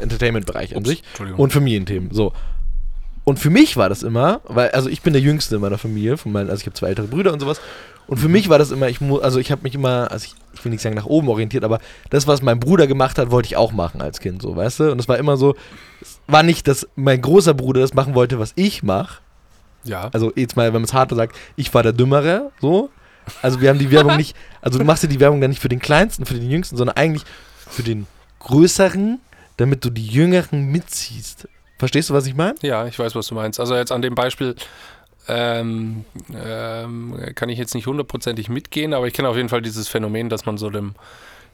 Entertainment-Bereich an
Ups,
sich
Entschuldigung.
und Familienthemen. So. Und für mich war das immer, weil, also ich bin der Jüngste in meiner Familie, von meinen, also ich habe zwei ältere Brüder und sowas. Und für mich war das immer, ich mu, also ich habe mich immer, also ich, ich will nicht sagen nach oben orientiert, aber das, was mein Bruder gemacht hat, wollte ich auch machen als Kind, so, weißt du? Und es war immer so, es war nicht, dass mein großer Bruder das machen wollte, was ich mache.
ja.
Also jetzt mal, wenn man es hart sagt, ich war der Dümmere, so. Also wir haben die Werbung [LAUGHS] nicht, also du machst ja die Werbung dann nicht für den Kleinsten, für den Jüngsten, sondern eigentlich für den Größeren, damit du die Jüngeren mitziehst. Verstehst du, was ich meine?
Ja, ich weiß, was du meinst. Also jetzt an dem Beispiel ähm, ähm, kann ich jetzt nicht hundertprozentig mitgehen, aber ich kenne auf jeden Fall dieses Phänomen, dass man so dem,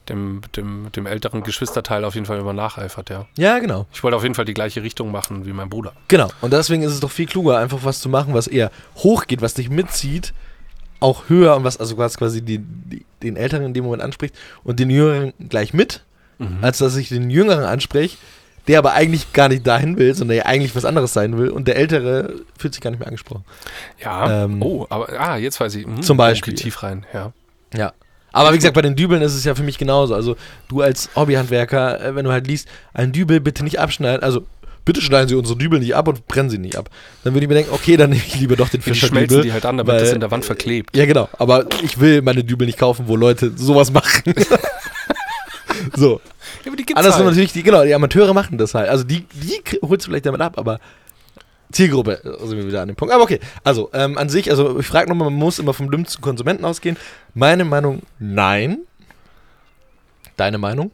dem, dem, dem älteren Geschwisterteil auf jeden Fall immer nacheifert, ja.
Ja, genau.
Ich wollte auf jeden Fall die gleiche Richtung machen wie mein Bruder.
Genau. Und deswegen ist es doch viel kluger, einfach was zu machen, was eher hochgeht, was dich mitzieht, auch höher und was also was quasi die, die, den Älteren in dem Moment anspricht und den Jüngeren gleich mit, als dass ich den Jüngeren anspreche, der aber eigentlich gar nicht dahin will, sondern der eigentlich was anderes sein will und der Ältere fühlt sich gar nicht mehr angesprochen.
Ja.
Ähm,
oh, aber ah, jetzt weiß ich. Mhm,
zum Beispiel.
okay, Tief rein, ja.
Ja. Aber wie gesagt, bei den Dübeln ist es ja für mich genauso. Also du als Hobbyhandwerker, äh, wenn du halt liest, einen Dübel bitte nicht abschneiden, also bitte schneiden Sie unsere Dübel nicht ab und brennen sie nicht ab. Dann würde ich mir denken, okay, dann nehme ich lieber doch den
Die
Fischerdübel.
schmelzen die halt an, damit
weil-
das in der Wand verklebt.
Ja, genau. Aber ich will meine Dübel nicht kaufen, wo Leute sowas
[LAUGHS]
machen. so.
Ja, aber die gibt's
Andersrum
halt.
natürlich, die, genau, die Amateure machen das halt. Also die, die k- holst du vielleicht damit ab, aber Zielgruppe äh, sind wir wieder an dem Punkt. Aber okay, also ähm, an sich, also ich frage nochmal, man muss immer vom dümmsten Konsumenten ausgehen. Meine Meinung, nein. Deine Meinung?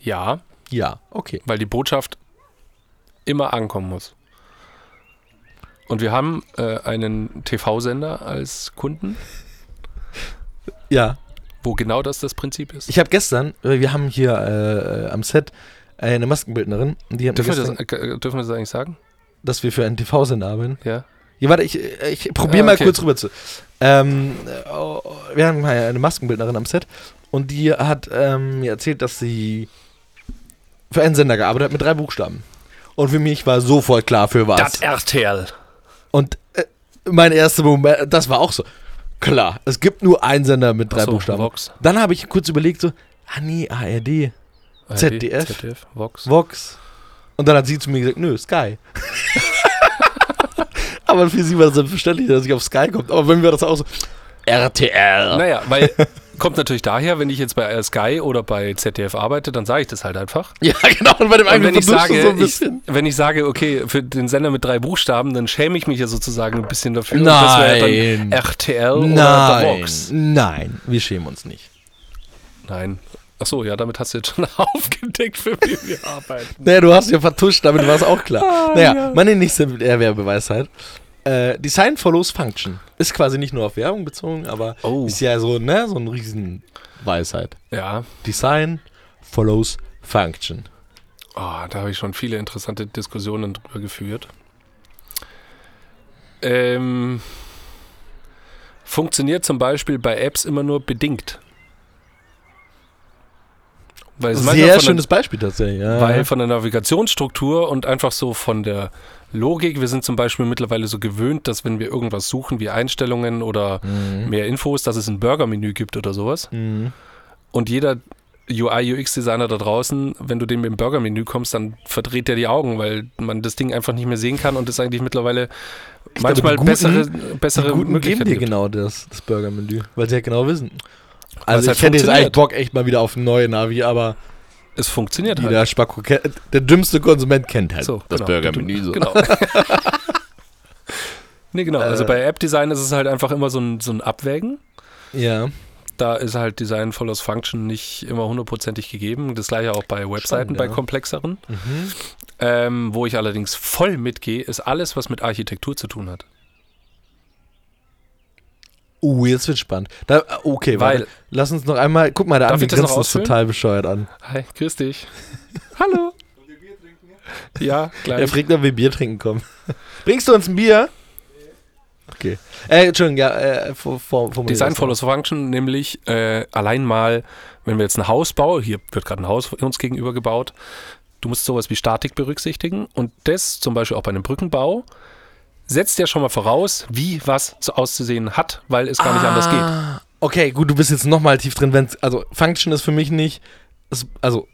Ja,
Ja, okay.
weil die Botschaft immer ankommen muss. Und wir haben äh, einen TV-Sender als Kunden,
Ja.
wo genau das das Prinzip ist.
Ich habe gestern, äh, wir haben hier äh, äh, am Set eine Maskenbildnerin, die hat mir
Dürfen wir, das,
gestern,
äh, dürfen wir das eigentlich sagen?
dass wir für einen TV-Sender arbeiten.
Ja.
Ja, warte, ich, äh, ich probiere
Ah,
mal
okay.
kurz rüber zu. Ähm, äh, oh, wir haben mal eine Maskenbildnerin am Set und die hat ähm, mir erzählt, dass sie für einen Sender gearbeitet hat mit drei Buchstaben. Und für mich war sofort klar, für was.
RTL.
und äh, mein erster Moment, das war auch so. Klar, es gibt nur einen Sender mit drei
Achso,
Buchstaben.
Vox.
Dann habe ich kurz überlegt, so, ah nee, ARD, ZDF.
ZDF, Vox.
Vox. Und dann hat sie zu mir gesagt, nö, Sky. [LAUGHS] Aber für sie war das selbstverständlich, dass ich auf Sky kommt. Aber bei mir war das auch so, RTL.
Naja, weil [LAUGHS] kommt natürlich daher, wenn ich jetzt bei äh, Sky oder bei ZDF arbeite, dann sage ich das halt einfach.
[LAUGHS] Ja, genau. Und bei dem
Und
einen
wenn ich,
verduschst du
sage,
so ein
ich,
bisschen.
wenn ich sage, okay, für den Sender mit drei Buchstaben, dann schäme ich mich ja sozusagen ein bisschen dafür. [LAUGHS] Und
Nein.
dann RTL oder The
nein,
Vox.
nein, wir schämen uns nicht.
Nein. Achso, ja, damit hast du jetzt schon [LAUGHS] aufgedeckt, für wen
[LAUGHS]
wir arbeiten.
Naja, du hast ja vertuscht, damit war es auch [LAUGHS] klar. naja, meine nächste Erwerbeweisheit. Äh, Design follows Function. Ist quasi nicht nur auf Werbung bezogen, aber
Oh.
ist ja so, ne, so eine Riesenweisheit.
Ja,
Design follows Function.
oh, da habe ich schon viele interessante Diskussionen drüber geführt. Ähm, funktioniert zum Beispiel bei Apps immer nur bedingt. Weil es manchmal
Sehr
von der-
schönes Beispiel tatsächlich. Ja.
Weil von der Navigationsstruktur und einfach so von der Logik, wir sind zum Beispiel mittlerweile so gewöhnt, dass wenn wir irgendwas suchen wie Einstellungen oder
Mhm.
mehr Infos, dass es ein Burger-Menü gibt oder sowas. Und jeder UI-UX-Designer da draußen, wenn du dem mit dem Burger-Menü kommst, dann verdreht der die Augen, weil man das Ding einfach nicht mehr sehen kann und es eigentlich mittlerweile
glaube, die
manchmal
guten-
bessere,
Die
bessere
Guten geben
Möglichkeiten
dir
gibt.
genau das, das Burger-Menü, weil sie ja genau wissen. Also
es
ich
halt
hätte jetzt
funktioniert.
eigentlich Bock echt mal wieder auf eine neue Navi, aber
es funktioniert
Die
halt.
der Spacko kennt. Der dümmste Konsument kennt halt
So,
das
genau.
Burgermenü. So. Äh.
Genau. [LAUGHS] nee, genau. Also bei App-Design ist es halt einfach immer so ein, so ein Abwägen.
Ja.
Da ist halt Design Follows Function nicht immer hundertprozentig gegeben. Das gleiche auch bei Webseiten,
Spannend,
bei
ja.
komplexeren.
Mhm.
Ähm, wo ich allerdings voll mitgehe, ist alles, was mit Architektur zu tun hat.
Uh, jetzt wird spannend. Da, okay,
Weil-
warte. Lass uns noch einmal. Guck mal, der
Darf
Ami
ich das noch
grinst uns
ausfüllen?
total bescheuert an.
Hi, grüß dich. [LAUGHS] Hallo. Ja,
Er
gleich.
fragt, ob wir Bier trinken kommen. [LAUGHS] Bringst du uns ein Bier? Okay. Äh, Entschuldigung, ja, äh, vor, vor, formulier
Design
das
Follows Function, nämlich äh, allein mal, wenn wir jetzt ein Haus bauen, hier wird gerade ein Haus uns gegenüber gebaut, du musst sowas wie Statik berücksichtigen und das zum Beispiel auch bei einem Brückenbau setzt ja schon mal voraus, wie was zu- auszusehen hat, weil es gar nicht anders geht.
geht. Ah, Okay, gut, du bist jetzt nochmal tief drin. Wenn's, also, Function ist für mich nicht. Es, also,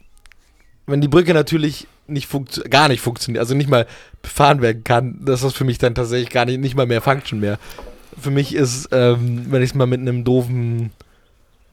wenn die Brücke natürlich nicht funktio- gar nicht funktioniert, also nicht mal befahren werden kann, das ist für mich dann tatsächlich gar nicht, nicht mal mehr Function mehr. Für mich ist, ähm, wenn ich es mal mit einem doofen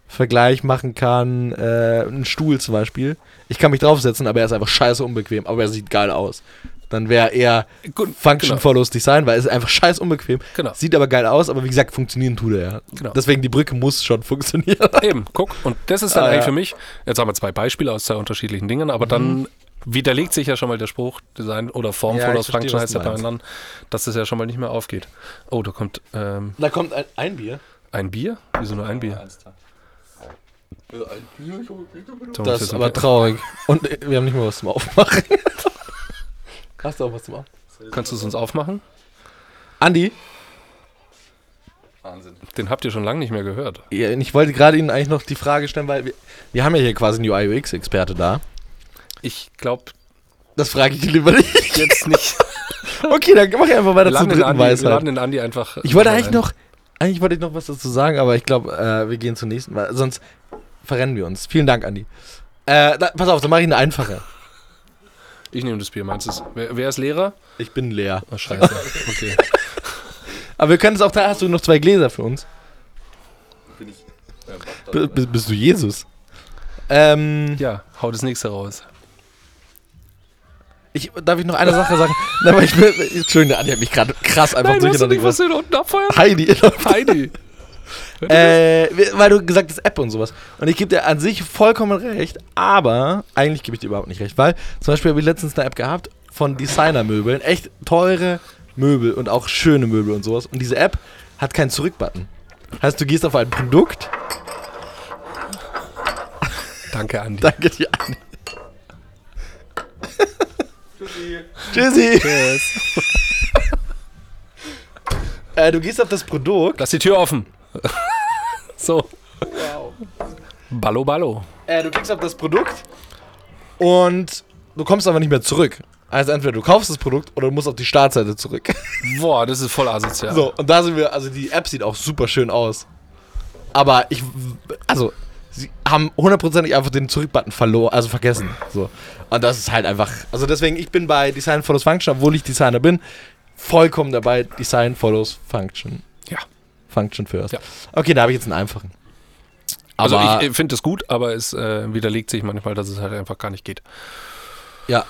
Vergleich machen kann, äh, ein Stuhl zum Beispiel. Ich kann mich draufsetzen, aber er ist einfach scheiße unbequem, aber er sieht geil aus. Dann wäre eher
Gut,
Function
genau.
Follows Design, weil es ist einfach scheiß unbequem.
Genau.
Sieht aber geil aus, aber wie gesagt, funktionieren tut er ja.
Genau.
Deswegen die Brücke muss schon funktionieren.
Eben, guck. Und das ist dann
Ah,
eigentlich
ja.
für mich, jetzt haben wir zwei Beispiele aus zwei unterschiedlichen Dingen, aber dann widerlegt sich ja schon mal der Spruch, Design oder Form
Mhm. Ja, ich
Follows
verstehe,
Function
was
heißt
du
ja bei
meinst.
anderen, dass es ja schon mal nicht mehr aufgeht. Oh, da kommt ähm,
Da kommt ein, ein Bier.
ein Bier? Wieso nur ein Bier? Thomas,
Oh, Das
jetzt
ist
ein
aber
Bier.
traurig. Und äh, wir haben nicht mal was zum Aufmachen. [LAUGHS] Hast du auch was zum Aufmachen?
Kannst du es uns aufmachen?
Andi,
Den habt ihr schon lange nicht mehr gehört.
ja, ich wollte gerade Ihnen eigentlich noch die Frage stellen, weil wir, wir haben ja hier quasi einen UI-UX-Experte da.
Ich glaube
Das frage ich lieber [LAUGHS] nicht.
jetzt nicht.
Okay, dann mach ich einfach weiter
Wir
zur
laden,
dritten
den Andi, wir laden
Weisheit.
den Andi einfach. äh,
Ich wollte
mal
eigentlich
ein.
noch, eigentlich wollte ich noch was dazu sagen, aber ich glaube, äh, wir gehen zum nächsten Mal. Sonst verrennen wir uns. Vielen Dank, Andi. Äh, da, pass auf, dann mache ich eine einfache.
Ich nehme das Bier, meinst du es? Wer, wer ist Lehrer?
Ich bin leer.
Oh, scheiße. [LAUGHS] Okay.
Aber wir können es auch da. Hast du noch zwei Gläser für uns?
Bin ich.
B b- bist du Jesus? Ähm,
Ja, hau das nächste raus.
ich, darf ich noch eine Sache [LAUGHS] sagen? Nein, aber ich bin. Entschuldigung, Andi hat mich gerade krass einfach
Nein, hast du
durcheinander
nicht was
gebracht.
hier unten abfeuern?
Heidi, [LAUGHS]
Heidi. Hört ihr
äh, weil du gesagt hast, App und sowas. Und ich gebe dir an sich vollkommen recht, aber eigentlich gebe ich dir überhaupt nicht recht, weil zum Beispiel habe ich letztens eine App gehabt von Designermöbeln, echt teure Möbel und auch schöne Möbel und sowas. Und diese App hat keinen Zurückbutton. Heißt, du gehst auf ein Produkt,
das? Danke, Andi.
danke dir an. Tschüssi. Äh, du gehst auf das Produkt,
Lass die Tür offen. so. Ballo, ballo.
äh, du klickst auf das Produkt und du kommst aber nicht mehr zurück. Also entweder du kaufst das Produkt oder du musst auf die Startseite zurück. [LAUGHS]
Boah, das ist voll asozial.
So, und da sind wir, also die App sieht auch super schön aus. Aber ich, also, sie haben hundertprozentig einfach den Zurückbutton verloren, also vergessen. So. Und das ist halt einfach, also deswegen, ich bin bei Design Follows Function, obwohl ich Designer bin, vollkommen dabei, Design Follows Function.
Ja.
Function first.
Ja.
Okay, da habe ich jetzt einen einfachen.
Also
Aber-
ich finde es gut, aber es äh, widerlegt sich manchmal, dass es halt einfach gar nicht geht. äh,
Ja.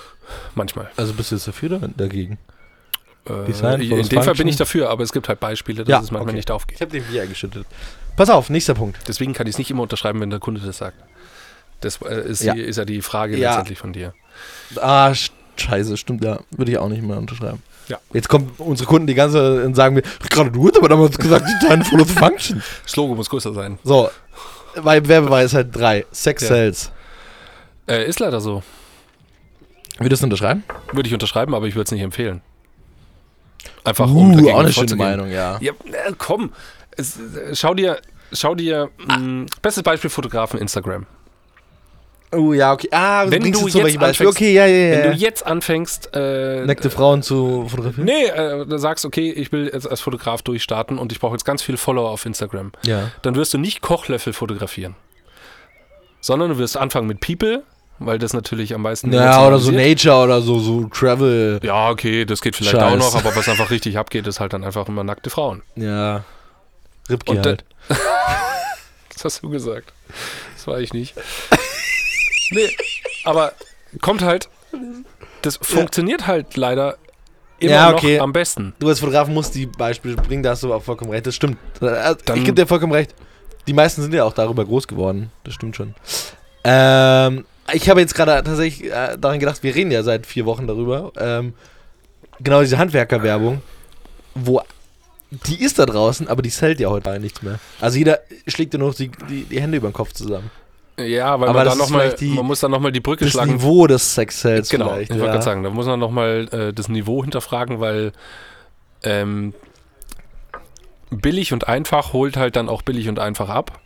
Manchmal.
Also bist du jetzt dafür oder dagegen?
Äh,
Design
ich-
follows
in dem Fall bin
function.
ich dafür, aber es gibt halt Beispiele, dass
Ja,
es manchmal
okay.
nicht aufgeht.
Ich habe den Bier eingeschüttet. Pass auf, nächster Punkt.
Deswegen kann ich es nicht immer unterschreiben, wenn der Kunde das sagt. Das äh, ist,
Ja.
Die, ist ja die Frage
Ja.
letztendlich von dir.
Ah, sch- scheiße, stimmt, ja. Würde ich auch nicht mehr unterschreiben.
Ja.
Jetzt kommen unsere Kunden die ganze Zeit und sagen mir, gerade du hast aber damals gesagt, Design Follows Function.
Das Logo muss größer sein.
So, weil Werbeweis halt drei. Sex
Ja.
Sales.
Äh, ist leider so.
Würdest du unterschreiben?
Würde ich unterschreiben, aber ich würde es nicht empfehlen. Einfach um
Uh,
dagegen
auch eine schöne
vorzugehen.
Meinung, ja.
Ja, äh, komm. Es, äh, schau dir, schau dir,
Ah.
mh, bestes Beispiel Fotografen Instagram.
Oh ja, okay. Ah,
Wenn
bringst
du
jetzt so
jetzt
welche Beispiele.
anfängst-
Okay, ja, ja,
Wenn du
ja.
jetzt anfängst, äh,
Nackte Frauen zu fotografieren?
nee, äh, da sagst, okay, ich will jetzt als Fotograf durchstarten und ich brauche jetzt ganz viele Follower auf Instagram,
Ja.
dann wirst du nicht Kochlöffel fotografieren, sondern du wirst anfangen mit People, weil das natürlich am meisten.
Naja, oder so
emotionalisiert.
Nature oder so, so Travel.
Ja, okay, das geht vielleicht
Scheiß.
auch noch, aber was einfach richtig abgeht, ist halt dann einfach immer nackte Frauen.
Ja. Ripke
Und da-
halt.
[LAUGHS] Das hast du gesagt. Das war ich nicht. Nee, Aber kommt halt, das funktioniert halt leider immer
Ja, okay.
noch am besten.
Du als Fotograf musst die Beispiele bringen, da hast du auch vollkommen recht. Das stimmt. Also,
Dann-
ich gebe dir vollkommen recht. Die meisten sind ja auch darüber groß geworden. Das stimmt schon. Ähm, ich habe jetzt gerade tatsächlich äh, daran gedacht, wir reden ja seit vier Wochen darüber. Ähm, genau diese Handwerkerwerbung, wo die ist da draußen, aber die zählt ja heute nichts mehr. Also jeder schlägt ja nur noch die, die, die Hände über den Kopf zusammen.
Ja, weil
Aber
man, da
das ist
noch mal,
vielleicht die-
man muss dann nochmal die Brücke
Das
schlagen.
Niveau des Sexhelds
Genau, ich
vielleicht.
wollte
ja.
gerade sagen, da muss man nochmal äh, das Niveau hinterfragen, weil ähm, billig und einfach holt halt dann auch billig und einfach ab.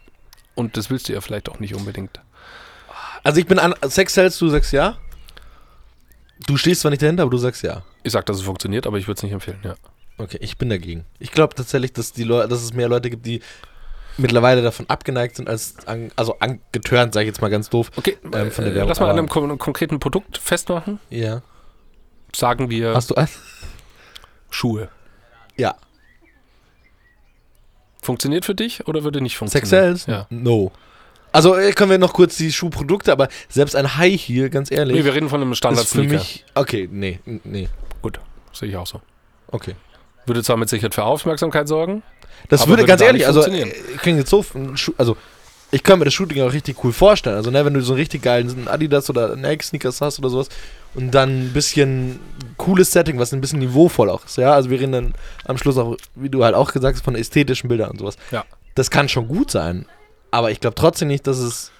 Und das willst du ja vielleicht auch nicht unbedingt.
Also ich bin an Sexhelds, du sagst ja. Du stehst zwar nicht dahinter, aber du sagst ja.
Ich sag, dass es funktioniert, aber ich würde es nicht empfehlen, ja.
Okay, ich bin dagegen. Ich glaube tatsächlich, dass, die Leu dass es mehr Leute gibt, die mittlerweile davon abgeneigt sind, als an also angetörnt, sage ich jetzt mal ganz doof.
Okay,
Ähm, von der
äh,
Werbung,
lass mal an
aber-
einem kon konkreten Produkt festmachen.
Ja.
Sagen wir
Hast du ein?
Schuhe.
Ja.
Funktioniert für dich oder würde nicht
Sex
funktionieren?
Sales?
Ja.
No. Also äh, können wir noch kurz die Schuhprodukte, aber selbst ein High Heel, ganz ehrlich,
Nee, wir reden von einem standard
ist für
sneaker
mich. Okay, nee, n- nee.
Sehe ich auch so.
Okay.
Würde zwar mit Sicherheit für Aufmerksamkeit sorgen.
Das
Aber
würde
würde
ganz
gar
ehrlich,
nicht
also äh,
funktionieren.
klingt jetzt so, ein Schuh- also ich kann mir das Shooting auch richtig cool vorstellen. Also ne, wenn du so einen richtig geilen Adidas oder Nike Sneakers hast oder sowas und dann ein bisschen cooles Setting, was ein bisschen niveauvoll auch ist, ja. Also wir reden dann am Schluss auch, wie du halt auch gesagt hast, von ästhetischen Bildern und sowas.
Ja.
Das kann schon gut sein, aber ich glaube trotzdem nicht, dass es,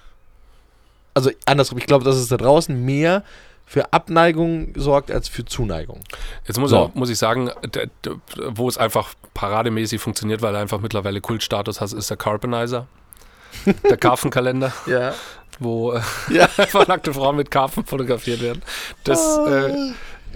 also andersrum, ich glaube, dass es da draußen mehr für Abneigung sorgt als für Zuneigung.
Jetzt muss,
So.
auch, muss ich sagen, d- d- wo es einfach parademäßig funktioniert, weil er einfach mittlerweile Kultstatus hat, ist der Carbonizer. Der Karpfenkalender,
Ja.
wo äh,
Ja.
[LAUGHS] einfach nackte Frauen mit Karpfen fotografiert werden. Das,
Ah.
äh,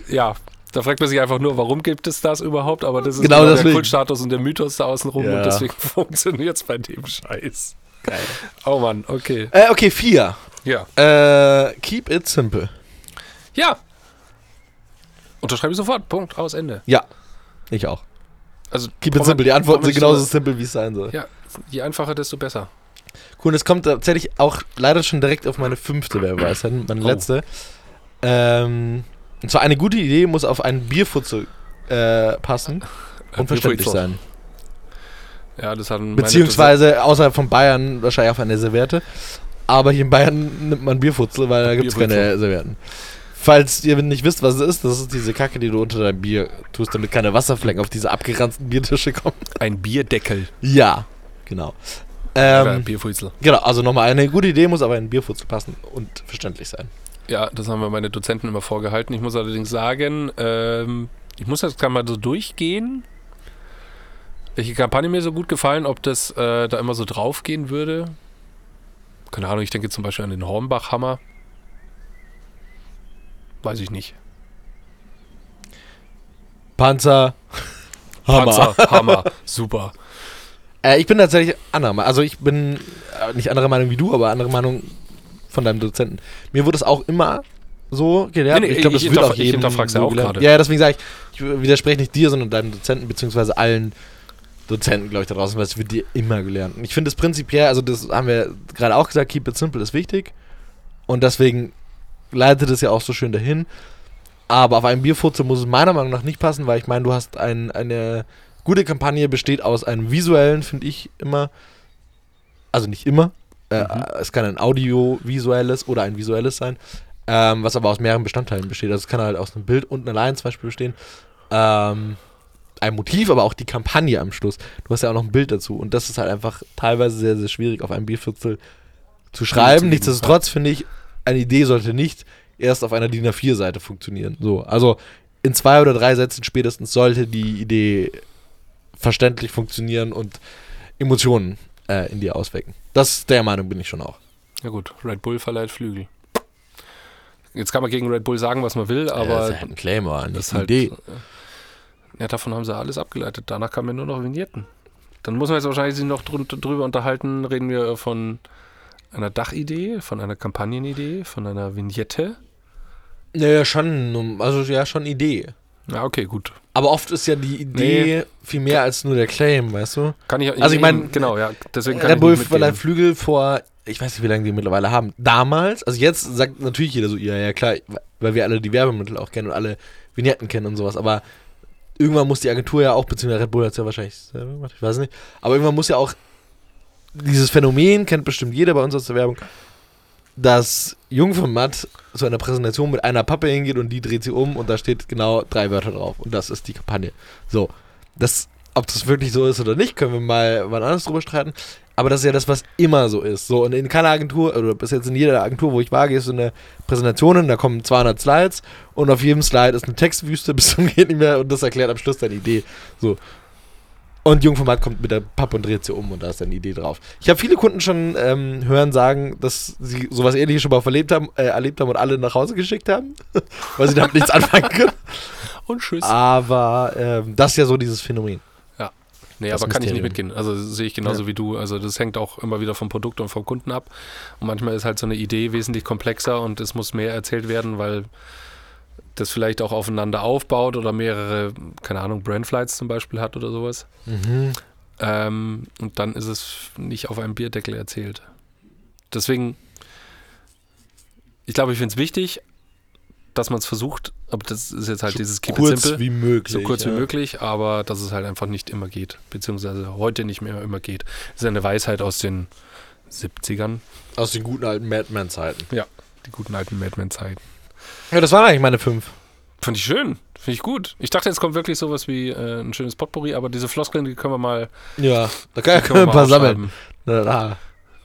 ja, da fragt man sich einfach nur, warum gibt es das überhaupt? Aber das ist
Genau
nur der
deswegen.
Kultstatus und der Mythos da außen rum
Ja.
und deswegen [LAUGHS] funktioniert es bei dem Scheiß.
Geil.
Oh Mann, okay.
Äh, okay, vier.
Ja.
Äh, keep it simple.
Ja. Unterschreibe ich sofort. Punkt. Aus Ende.
Ja. Ich auch.
Also
Keep it
brauchen wir-
simple. Die Antworten
brauchen wir
sind genauso
nicht
simpel, wie es sein soll.
drüber- Ja, je einfacher, desto besser.
Cool, und es kommt tatsächlich auch leider schon direkt auf meine fünfte Werbeweisheit, meine
Oh.
letzte. Ähm, und zwar eine gute Idee muss auf einen Bierfutzel äh, passen und verständlich
Bierfutzel.
sein.
Ja, das hat meine
Beziehungsweise außerhalb von Bayern wahrscheinlich auf eine Serviette. Aber hier in Bayern nimmt man Bierfutzel, weil da gibt es keine
Bierfutzel.
Servietten. Falls ihr nicht wisst, was es ist, das ist diese Kacke, die du unter dein Bier tust, damit keine Wasserflecken auf diese abgeranzten Biertische kommen.
Ein Bierdeckel.
Ja, genau.
oder ein
Ähm,
Bierfuzel.
genau, also nochmal eine gute Idee, muss aber in Bierfurt zu passen und verständlich sein.
Ja, das haben wir meine Dozenten immer vorgehalten. Ich muss allerdings sagen, ähm, ich muss das gerade mal so durchgehen, welche Kampagne mir so gut gefallen, ob das äh, da immer so draufgehen würde. Keine Ahnung, ich denke zum Beispiel an den Hornbach-Hammer. Weiß ich nicht.
Panzer. Hammer.
Panzer, Hammer, super.
Äh, ich bin tatsächlich anderer Meinung. Also ich bin äh, nicht anderer Meinung wie du, aber andere Meinung von deinem Dozenten. Mir wurde es auch immer so gelehrt.
Nee, nee,
ich glaube, das
ich
wird
hinterf-
auch
ich
jedem
hinterfrag's ja
so
auch
gelehrt.
gerade.
Ja, deswegen sage ich, ich widerspreche nicht dir, sondern deinem Dozenten, beziehungsweise allen Dozenten, glaube ich, da draußen, weil es wird dir immer gelernt. Und ich finde es prinzipiell, also das haben wir gerade auch gesagt, keep it simple ist wichtig. Und deswegen leitet es ja auch so schön dahin. Aber auf einen Bierfurze muss es meiner Meinung nach nicht passen, weil ich meine, du hast ein, eine gute Kampagne, besteht aus einem visuellen, finde ich immer. Also nicht immer. Äh,
Mhm.
Es kann ein audiovisuelles oder ein visuelles sein, ähm, was aber aus mehreren Bestandteilen besteht. Also es kann halt aus einem Bild und einer Line zum Beispiel bestehen. Ähm, ein Motiv, aber auch die Kampagne am Schluss. Du hast ja auch noch ein Bild dazu. Und das ist halt einfach teilweise sehr, sehr schwierig auf einem Bierviertel zu schreiben.
geben,
Nichtsdestotrotz finde ich, eine Idee sollte nicht erst auf einer DIN A4-Seite funktionieren. So, also in zwei oder drei Sätzen spätestens sollte die Idee verständlich funktionieren und Emotionen äh, in dir auswecken. Das der Meinung bin ich schon auch.
Ja gut, Red Bull verleiht Flügel. Jetzt kann man gegen Red Bull sagen, was man will,
das
aber
ist halt ein Claimer,
das
nicht
ist
eine
halt.
Idee.
Ja, davon haben sie alles abgeleitet. Danach kamen ja nur noch Vignetten. Dann muss man jetzt wahrscheinlich sich noch drun- drüber unterhalten. Reden wir von einer Dachidee, von einer Kampagnenidee, von einer Vignette.
Naja, schon, um, also ja, schon Idee.
Ja, okay, gut.
Aber oft ist ja die Idee viel mehr als nur der Claim, weißt du?
Kann ich
Also ich mein,
genau, ja. Deswegen kann
Red Bull
ich nicht mitgehen.
verleiht Flügel vor, ich weiß nicht, wie lange die mittlerweile haben. Damals, also jetzt sagt natürlich jeder so, ja, ja, klar, weil wir alle die Werbemittel auch kennen und alle Vignetten kennen und sowas, aber irgendwann muss die Agentur ja auch, beziehungsweise Red Bull hat es ja wahrscheinlich selber gemacht, ich weiß nicht, aber irgendwann muss ja auch dieses Phänomen, kennt bestimmt jeder bei uns aus der Werbung, dass Jungformat zu einer Präsentation mit einer Pappe hingeht und die dreht sie um und da steht genau drei Wörter drauf und das ist die Kampagne. So, das, ob das wirklich so ist oder nicht, können wir mal wann anders drüber streiten. Aber das ist ja das, was immer so ist. So, und in keiner Agentur, oder bis jetzt in jeder Agentur, wo ich war, gehst du in eine Präsentation und da kommen 200 Slides und auf jedem Slide ist eine Textwüste [LAUGHS] bis zum geht nicht mehr und das erklärt am Schluss deine Idee. So. Und Jungformat kommt mit der Pappe und dreht sie um und da ist dann die Idee drauf. Ich habe viele Kunden schon ähm, hören sagen, dass sie sowas ähnliches schon mal verlebt haben, äh, erlebt haben und alle nach Hause geschickt haben, [LAUGHS] weil sie damit nichts anfangen
[LAUGHS]
können.
Und tschüss.
Ah, Aber ähm, das ist ja so dieses Phänomen.
Nee,
Das
aber kann ich nicht
Mysterium.
mitgehen. Also sehe ich genauso wie du. Also das hängt auch immer wieder vom Produkt und vom Kunden ab. Und manchmal ist halt so eine Idee wesentlich komplexer und es muss mehr erzählt werden, weil das vielleicht auch aufeinander aufbaut oder mehrere, keine Ahnung, Brandflights zum Beispiel hat oder sowas.
Mhm.
Ähm, und dann ist es nicht auf einem Bierdeckel erzählt. Deswegen, ich glaube, ich finde es wichtig, dass man es versucht, aber das ist jetzt halt dieses Keep it simple.
kurz wie möglich.
So kurz wie
ja.
möglich, aber dass es halt einfach nicht immer geht, beziehungsweise heute nicht mehr immer geht. Das ist eine Weisheit aus den 70ern,
Aus den guten alten Madman-Zeiten.
die guten alten Madman-Zeiten.
Ja, das waren eigentlich meine fünf.
Fand ich schön, finde ich gut. Ich dachte, jetzt kommt wirklich sowas wie äh, ein schönes Potpourri, aber diese Floskeln, die können wir mal,
Ja, da kann,
können
können [LAUGHS] wir ein
mal
paar sammeln.
aufschreiben.
Na, na.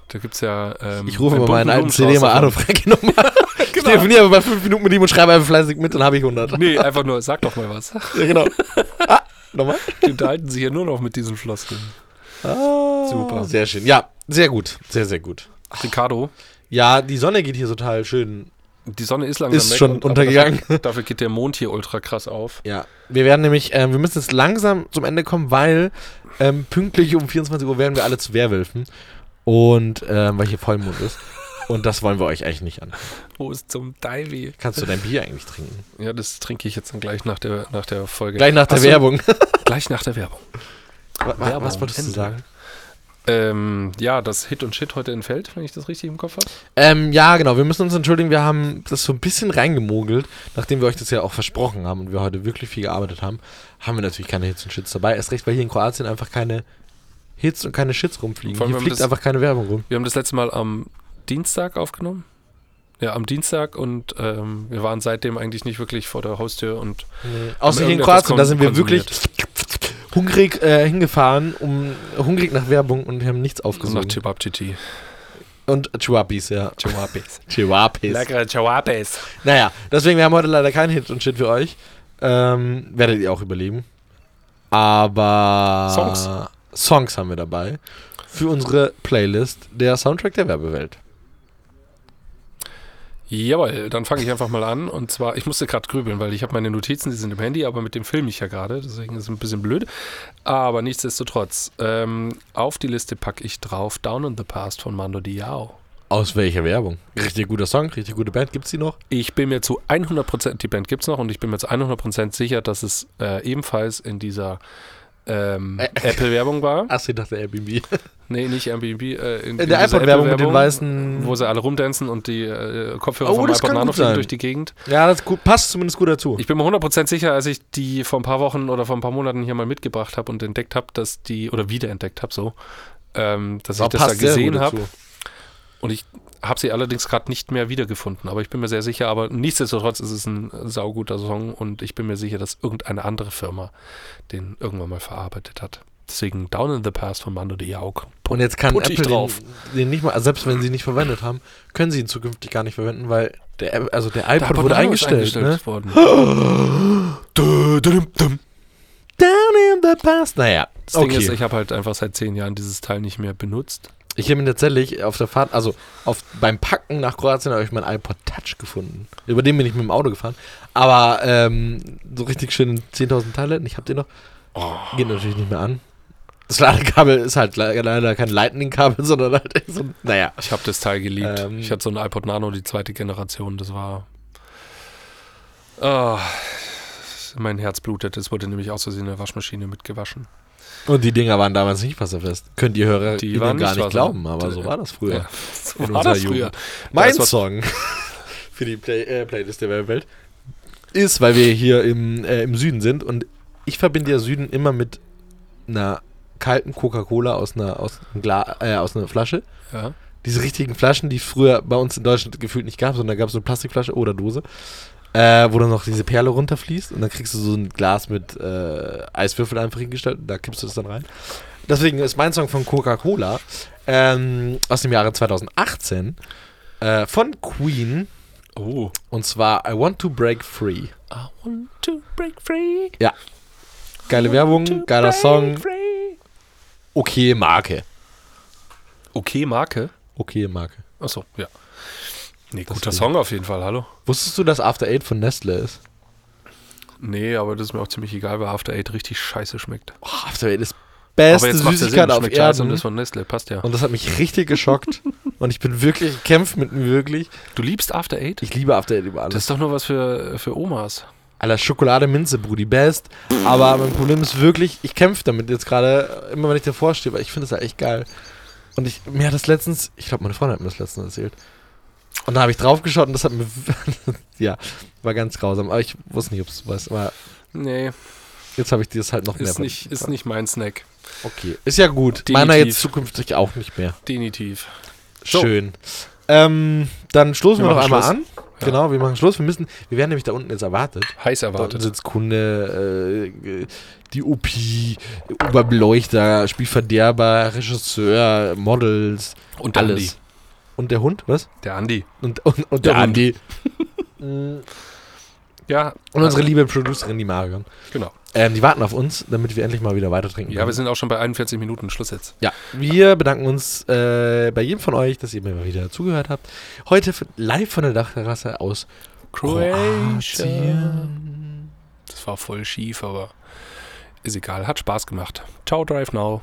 Da gibt es ja. ähm,
Ich rufe
einen
mal meinen
bunten
alten CD mal an und
Blumenstrauß Genau.
frage ihn nochmal.
[LAUGHS]
Ich telefoniere aber bei fünf Minuten mit ihm und schreibe einfach fleißig mit, dann habe ich 100.
davon. [LAUGHS] Nee, einfach nur, sag doch mal was. [LAUGHS]
Ja, genau. Ah, nochmal.
Die unterhalten sich ja nur noch mit diesen Floskeln.
Ah,
Super.
Sehr schön. Ja, sehr gut. Sehr, sehr gut.
Ricardo,
Ja, die Sonne geht hier total schön.
die Sonne ist langsam
Ist
weg.
schon
und- aber
untergegangen.
Dafür, dafür geht der Mond hier ultra krass auf.
Ja. Wir werden nämlich, ähm, wir müssen jetzt langsam zum Ende kommen, weil ähm, pünktlich um 24 Uhr werden wir alle zu Werwölfen. Und ähm, weil hier Vollmond ist. Und das wollen wir euch eigentlich nicht an.
Wo ist zum Divey?
Kannst du dein Bier eigentlich trinken?
Ja, das trinke ich jetzt dann gleich nach der, nach der Folge.
Gleich nach der
Ach so,
Werbung.
Gleich nach der Werbung. Werbung.
Was wolltest du
Ende.
sagen?
Ähm, ja, das Hit und Shit heute entfällt, wenn ich das richtig im Kopf habe.
Ähm, ja, genau. Wir müssen uns entschuldigen. Wir haben das so ein bisschen reingemogelt, nachdem wir euch das ja auch versprochen haben und wir heute wirklich viel gearbeitet haben. Haben wir natürlich keine Hits und Shits dabei. Erst recht, weil hier in Kroatien einfach keine Hits und keine Shits rumfliegen.
Vor allem,
Hier
wenn
fliegt
das-
einfach keine Werbung rum.
Wir haben das letzte Mal am Dienstag aufgenommen. Ja, am Dienstag und ähm, wir waren seitdem eigentlich nicht wirklich vor der Haustür und
Außer hier in
irgendetwas
Kroatien, da
kon-
sind wir wirklich
konsumiert.
hungrig äh, hingefahren, um hungrig nach Werbung und wir haben nichts
nach
aufgesucht.
Chibabchiti.
Und Chihuahuas, ja.
Chibabes.
Chihuahuas.
Leckere Chibabes.
Naja, deswegen, wir haben heute leider keinen Hit und Shit für euch. Ähm, werdet ihr auch überleben. Aber
Songs?
Songs haben wir dabei. Für unsere Playlist der Soundtrack der Werbewelt.
Jawohl, dann fange ich einfach mal an. Und zwar, ich musste gerade grübeln, weil ich habe meine Notizen, die sind im Handy, aber mit dem film ich ja gerade. Deswegen ist es ein bisschen blöd. Aber nichtsdestotrotz, ähm, auf die Liste packe ich drauf Down in the Past von Mando Diao.
Aus welcher Werbung? Richtig guter Song, richtig gute Band. Gibt's die noch?
Ich bin mir zu 100%, die Band gibt es noch, und ich bin mir zu 100% sicher, dass es äh, ebenfalls in dieser ähm,
Ä- [LAUGHS]
Apple-Werbung war.
Ach, Ah, sie dachte [LAUGHS] Airbnb.
Nee, nicht Airbnb. Äh, in,
In der
dieser
iPod-Werbung mit den
Apple-Werbung,
weißen.
Wo sie alle rumdancen und die äh, Kopfhörer
Oh,
vom
das
iPod
kann
Nano
gut
fliegen
sein.
durch die Gegend.
Ja, das ist gut, passt zumindest gut dazu.
Ich bin mir 100% sicher, als ich die vor ein paar Wochen oder vor ein paar Monaten hier mal mitgebracht habe und entdeckt habe, dass die, oder wiederentdeckt habe, so, ähm, dass ich das da
sehr
gesehen
gut
habe.
dazu.
Und ich habe sie allerdings gerade nicht mehr wiedergefunden, aber ich bin mir sehr sicher, aber nichtsdestotrotz ist es ein sauguter Song und ich bin mir sicher, dass irgendeine andere Firma den irgendwann mal verarbeitet hat. Deswegen Down in the Past von Mando Diao.
Und jetzt kann
Putz ich
Apple
drauf.
Den, den nicht mal, also selbst wenn sie ihn nicht verwendet haben, können sie ihn zukünftig gar nicht verwenden, weil der, App- also der iPod wurde eingestellt. ne?
worden.
Down in the past. Naja,
Das Ding
okay.
ist, ich habe halt einfach seit zehn Jahren dieses Teil nicht mehr benutzt.
ich habe ihn tatsächlich auf der Fahrt, also auf, beim Packen nach Kroatien habe ich meinen iPod Touch gefunden. Über den bin ich mit dem Auto gefahren. Aber ähm, so richtig schön 10.000 Teile, ich habe den noch.
Oh.
Geht natürlich nicht mehr an. Das Ladekabel ist halt le- leider kein Lightning-Kabel, [LAUGHS] sondern halt so ein, naja.
Ich habe das Teil geliebt.
Ähm.
ich hatte so ein iPod Nano, die zweite Generation. Das war. Ah, Herz, mein Herz blutet. Es wurde nämlich aus Versehen in der Waschmaschine mitgewaschen.
Und die Dinger waren damals nicht wasserfest. Könnt ihr Hörer
Die
ihnen
waren
gar
nicht
nicht
wasser-
glauben, aber Oh so war das früher.
Ja. So
in unserer Jugend. Mein
Das war-
Song [LAUGHS] für die Play äh, Playlist der Werbewelt ist, weil wir hier im, äh, im Süden sind und ich verbinde ja Süden immer mit einer kalten Coca-Cola aus einer, aus, einem Gla äh, aus einer Flasche.
Ja.
Diese richtigen Flaschen, die früher bei uns in Deutschland gefühlt nicht gab, sondern da gab es so eine Plastikflasche oder Dose, äh, wo dann noch diese Perle runterfließt und dann kriegst du so ein Glas mit äh, Eiswürfel einfach hingestellt und da kippst du das dann rein. Deswegen ist mein Song von Coca-Cola ähm, aus dem Jahre 2018 äh, von Queen
Oh.
und zwar I Want to Break Free.
I want to break free.
Geile Werbung, Mm, geiler Song, okay Marke.
Okay, Marke.
Okay Marke.
Achso, ja. Nee,
Das
guter
ist-
Song auf jeden Fall, hallo.
Wusstest du, dass After Eight von Nestle ist?
Nee, aber das ist mir auch ziemlich egal, weil After Eight richtig scheiße schmeckt.
Oh, After Eight ist beste
macht's ja
Süßigkeit
das
auf
schmeckt scheiße
Erden.
und das von Nestle, passt ja.
Und das hat mich richtig [LAUGHS] geschockt. und ich bin wirklich, ich kämpfe mit mir wirklich.
Du liebst After Eight?
Ich liebe After Eight über
Das
alles.
ist doch nur was für, für Omas.
Aller Schokolade, Minze, Brudi, best. Aber mein Problem ist wirklich, ich kämpfe damit jetzt gerade, immer wenn ich davor stehe, weil ich finde es ja echt geil. Und ich, mir hat das letztens, ich glaube, meine Freundin hat mir das letztens erzählt. Und da habe ich draufgeschaut und das hat mir, [LAUGHS] ja, war ganz grausam. Aber ich wusste nicht, ob es was aber
Nee,
jetzt habe ich dir das halt noch mehr.
ist nicht, ist nicht mein Snack.
Okay, ist ja gut.
Definitiv.
Meiner jetzt zukünftig auch nicht mehr.
Definitiv. So.
Schön. Ähm, dann stoßen
Wir
wir, noch
machen
einmal
Schluss.
an.
Ja.
Genau, wir machen Schluss. Wir müssen, wir werden nämlich da unten jetzt erwartet.
Heiß
Da unten
erwartet.
sitzt Kunde, äh, die OP, Oberbeleuchter, Spielverderber, Regisseur, Models,
Und der
alles. Und der Hund, was?
Andi. Der Andi.
Und, und, und der,
Der Hund.
Andi. und
Ja,
unsere liebe Producerin, die Marion.
genau.
Ähm, die warten auf uns, damit wir endlich mal wieder weiter trinken.
Ja, wir sind auch schon bei 41 Minuten. Schluss jetzt.
Ja, wir bedanken uns äh, bei jedem von euch, dass ihr mir mal wieder zugehört habt. Heute f- live von der Dachterrasse aus Kroatien.
Das war voll schief, aber ist egal. Hat Spaß gemacht. Ciao, Drive Now.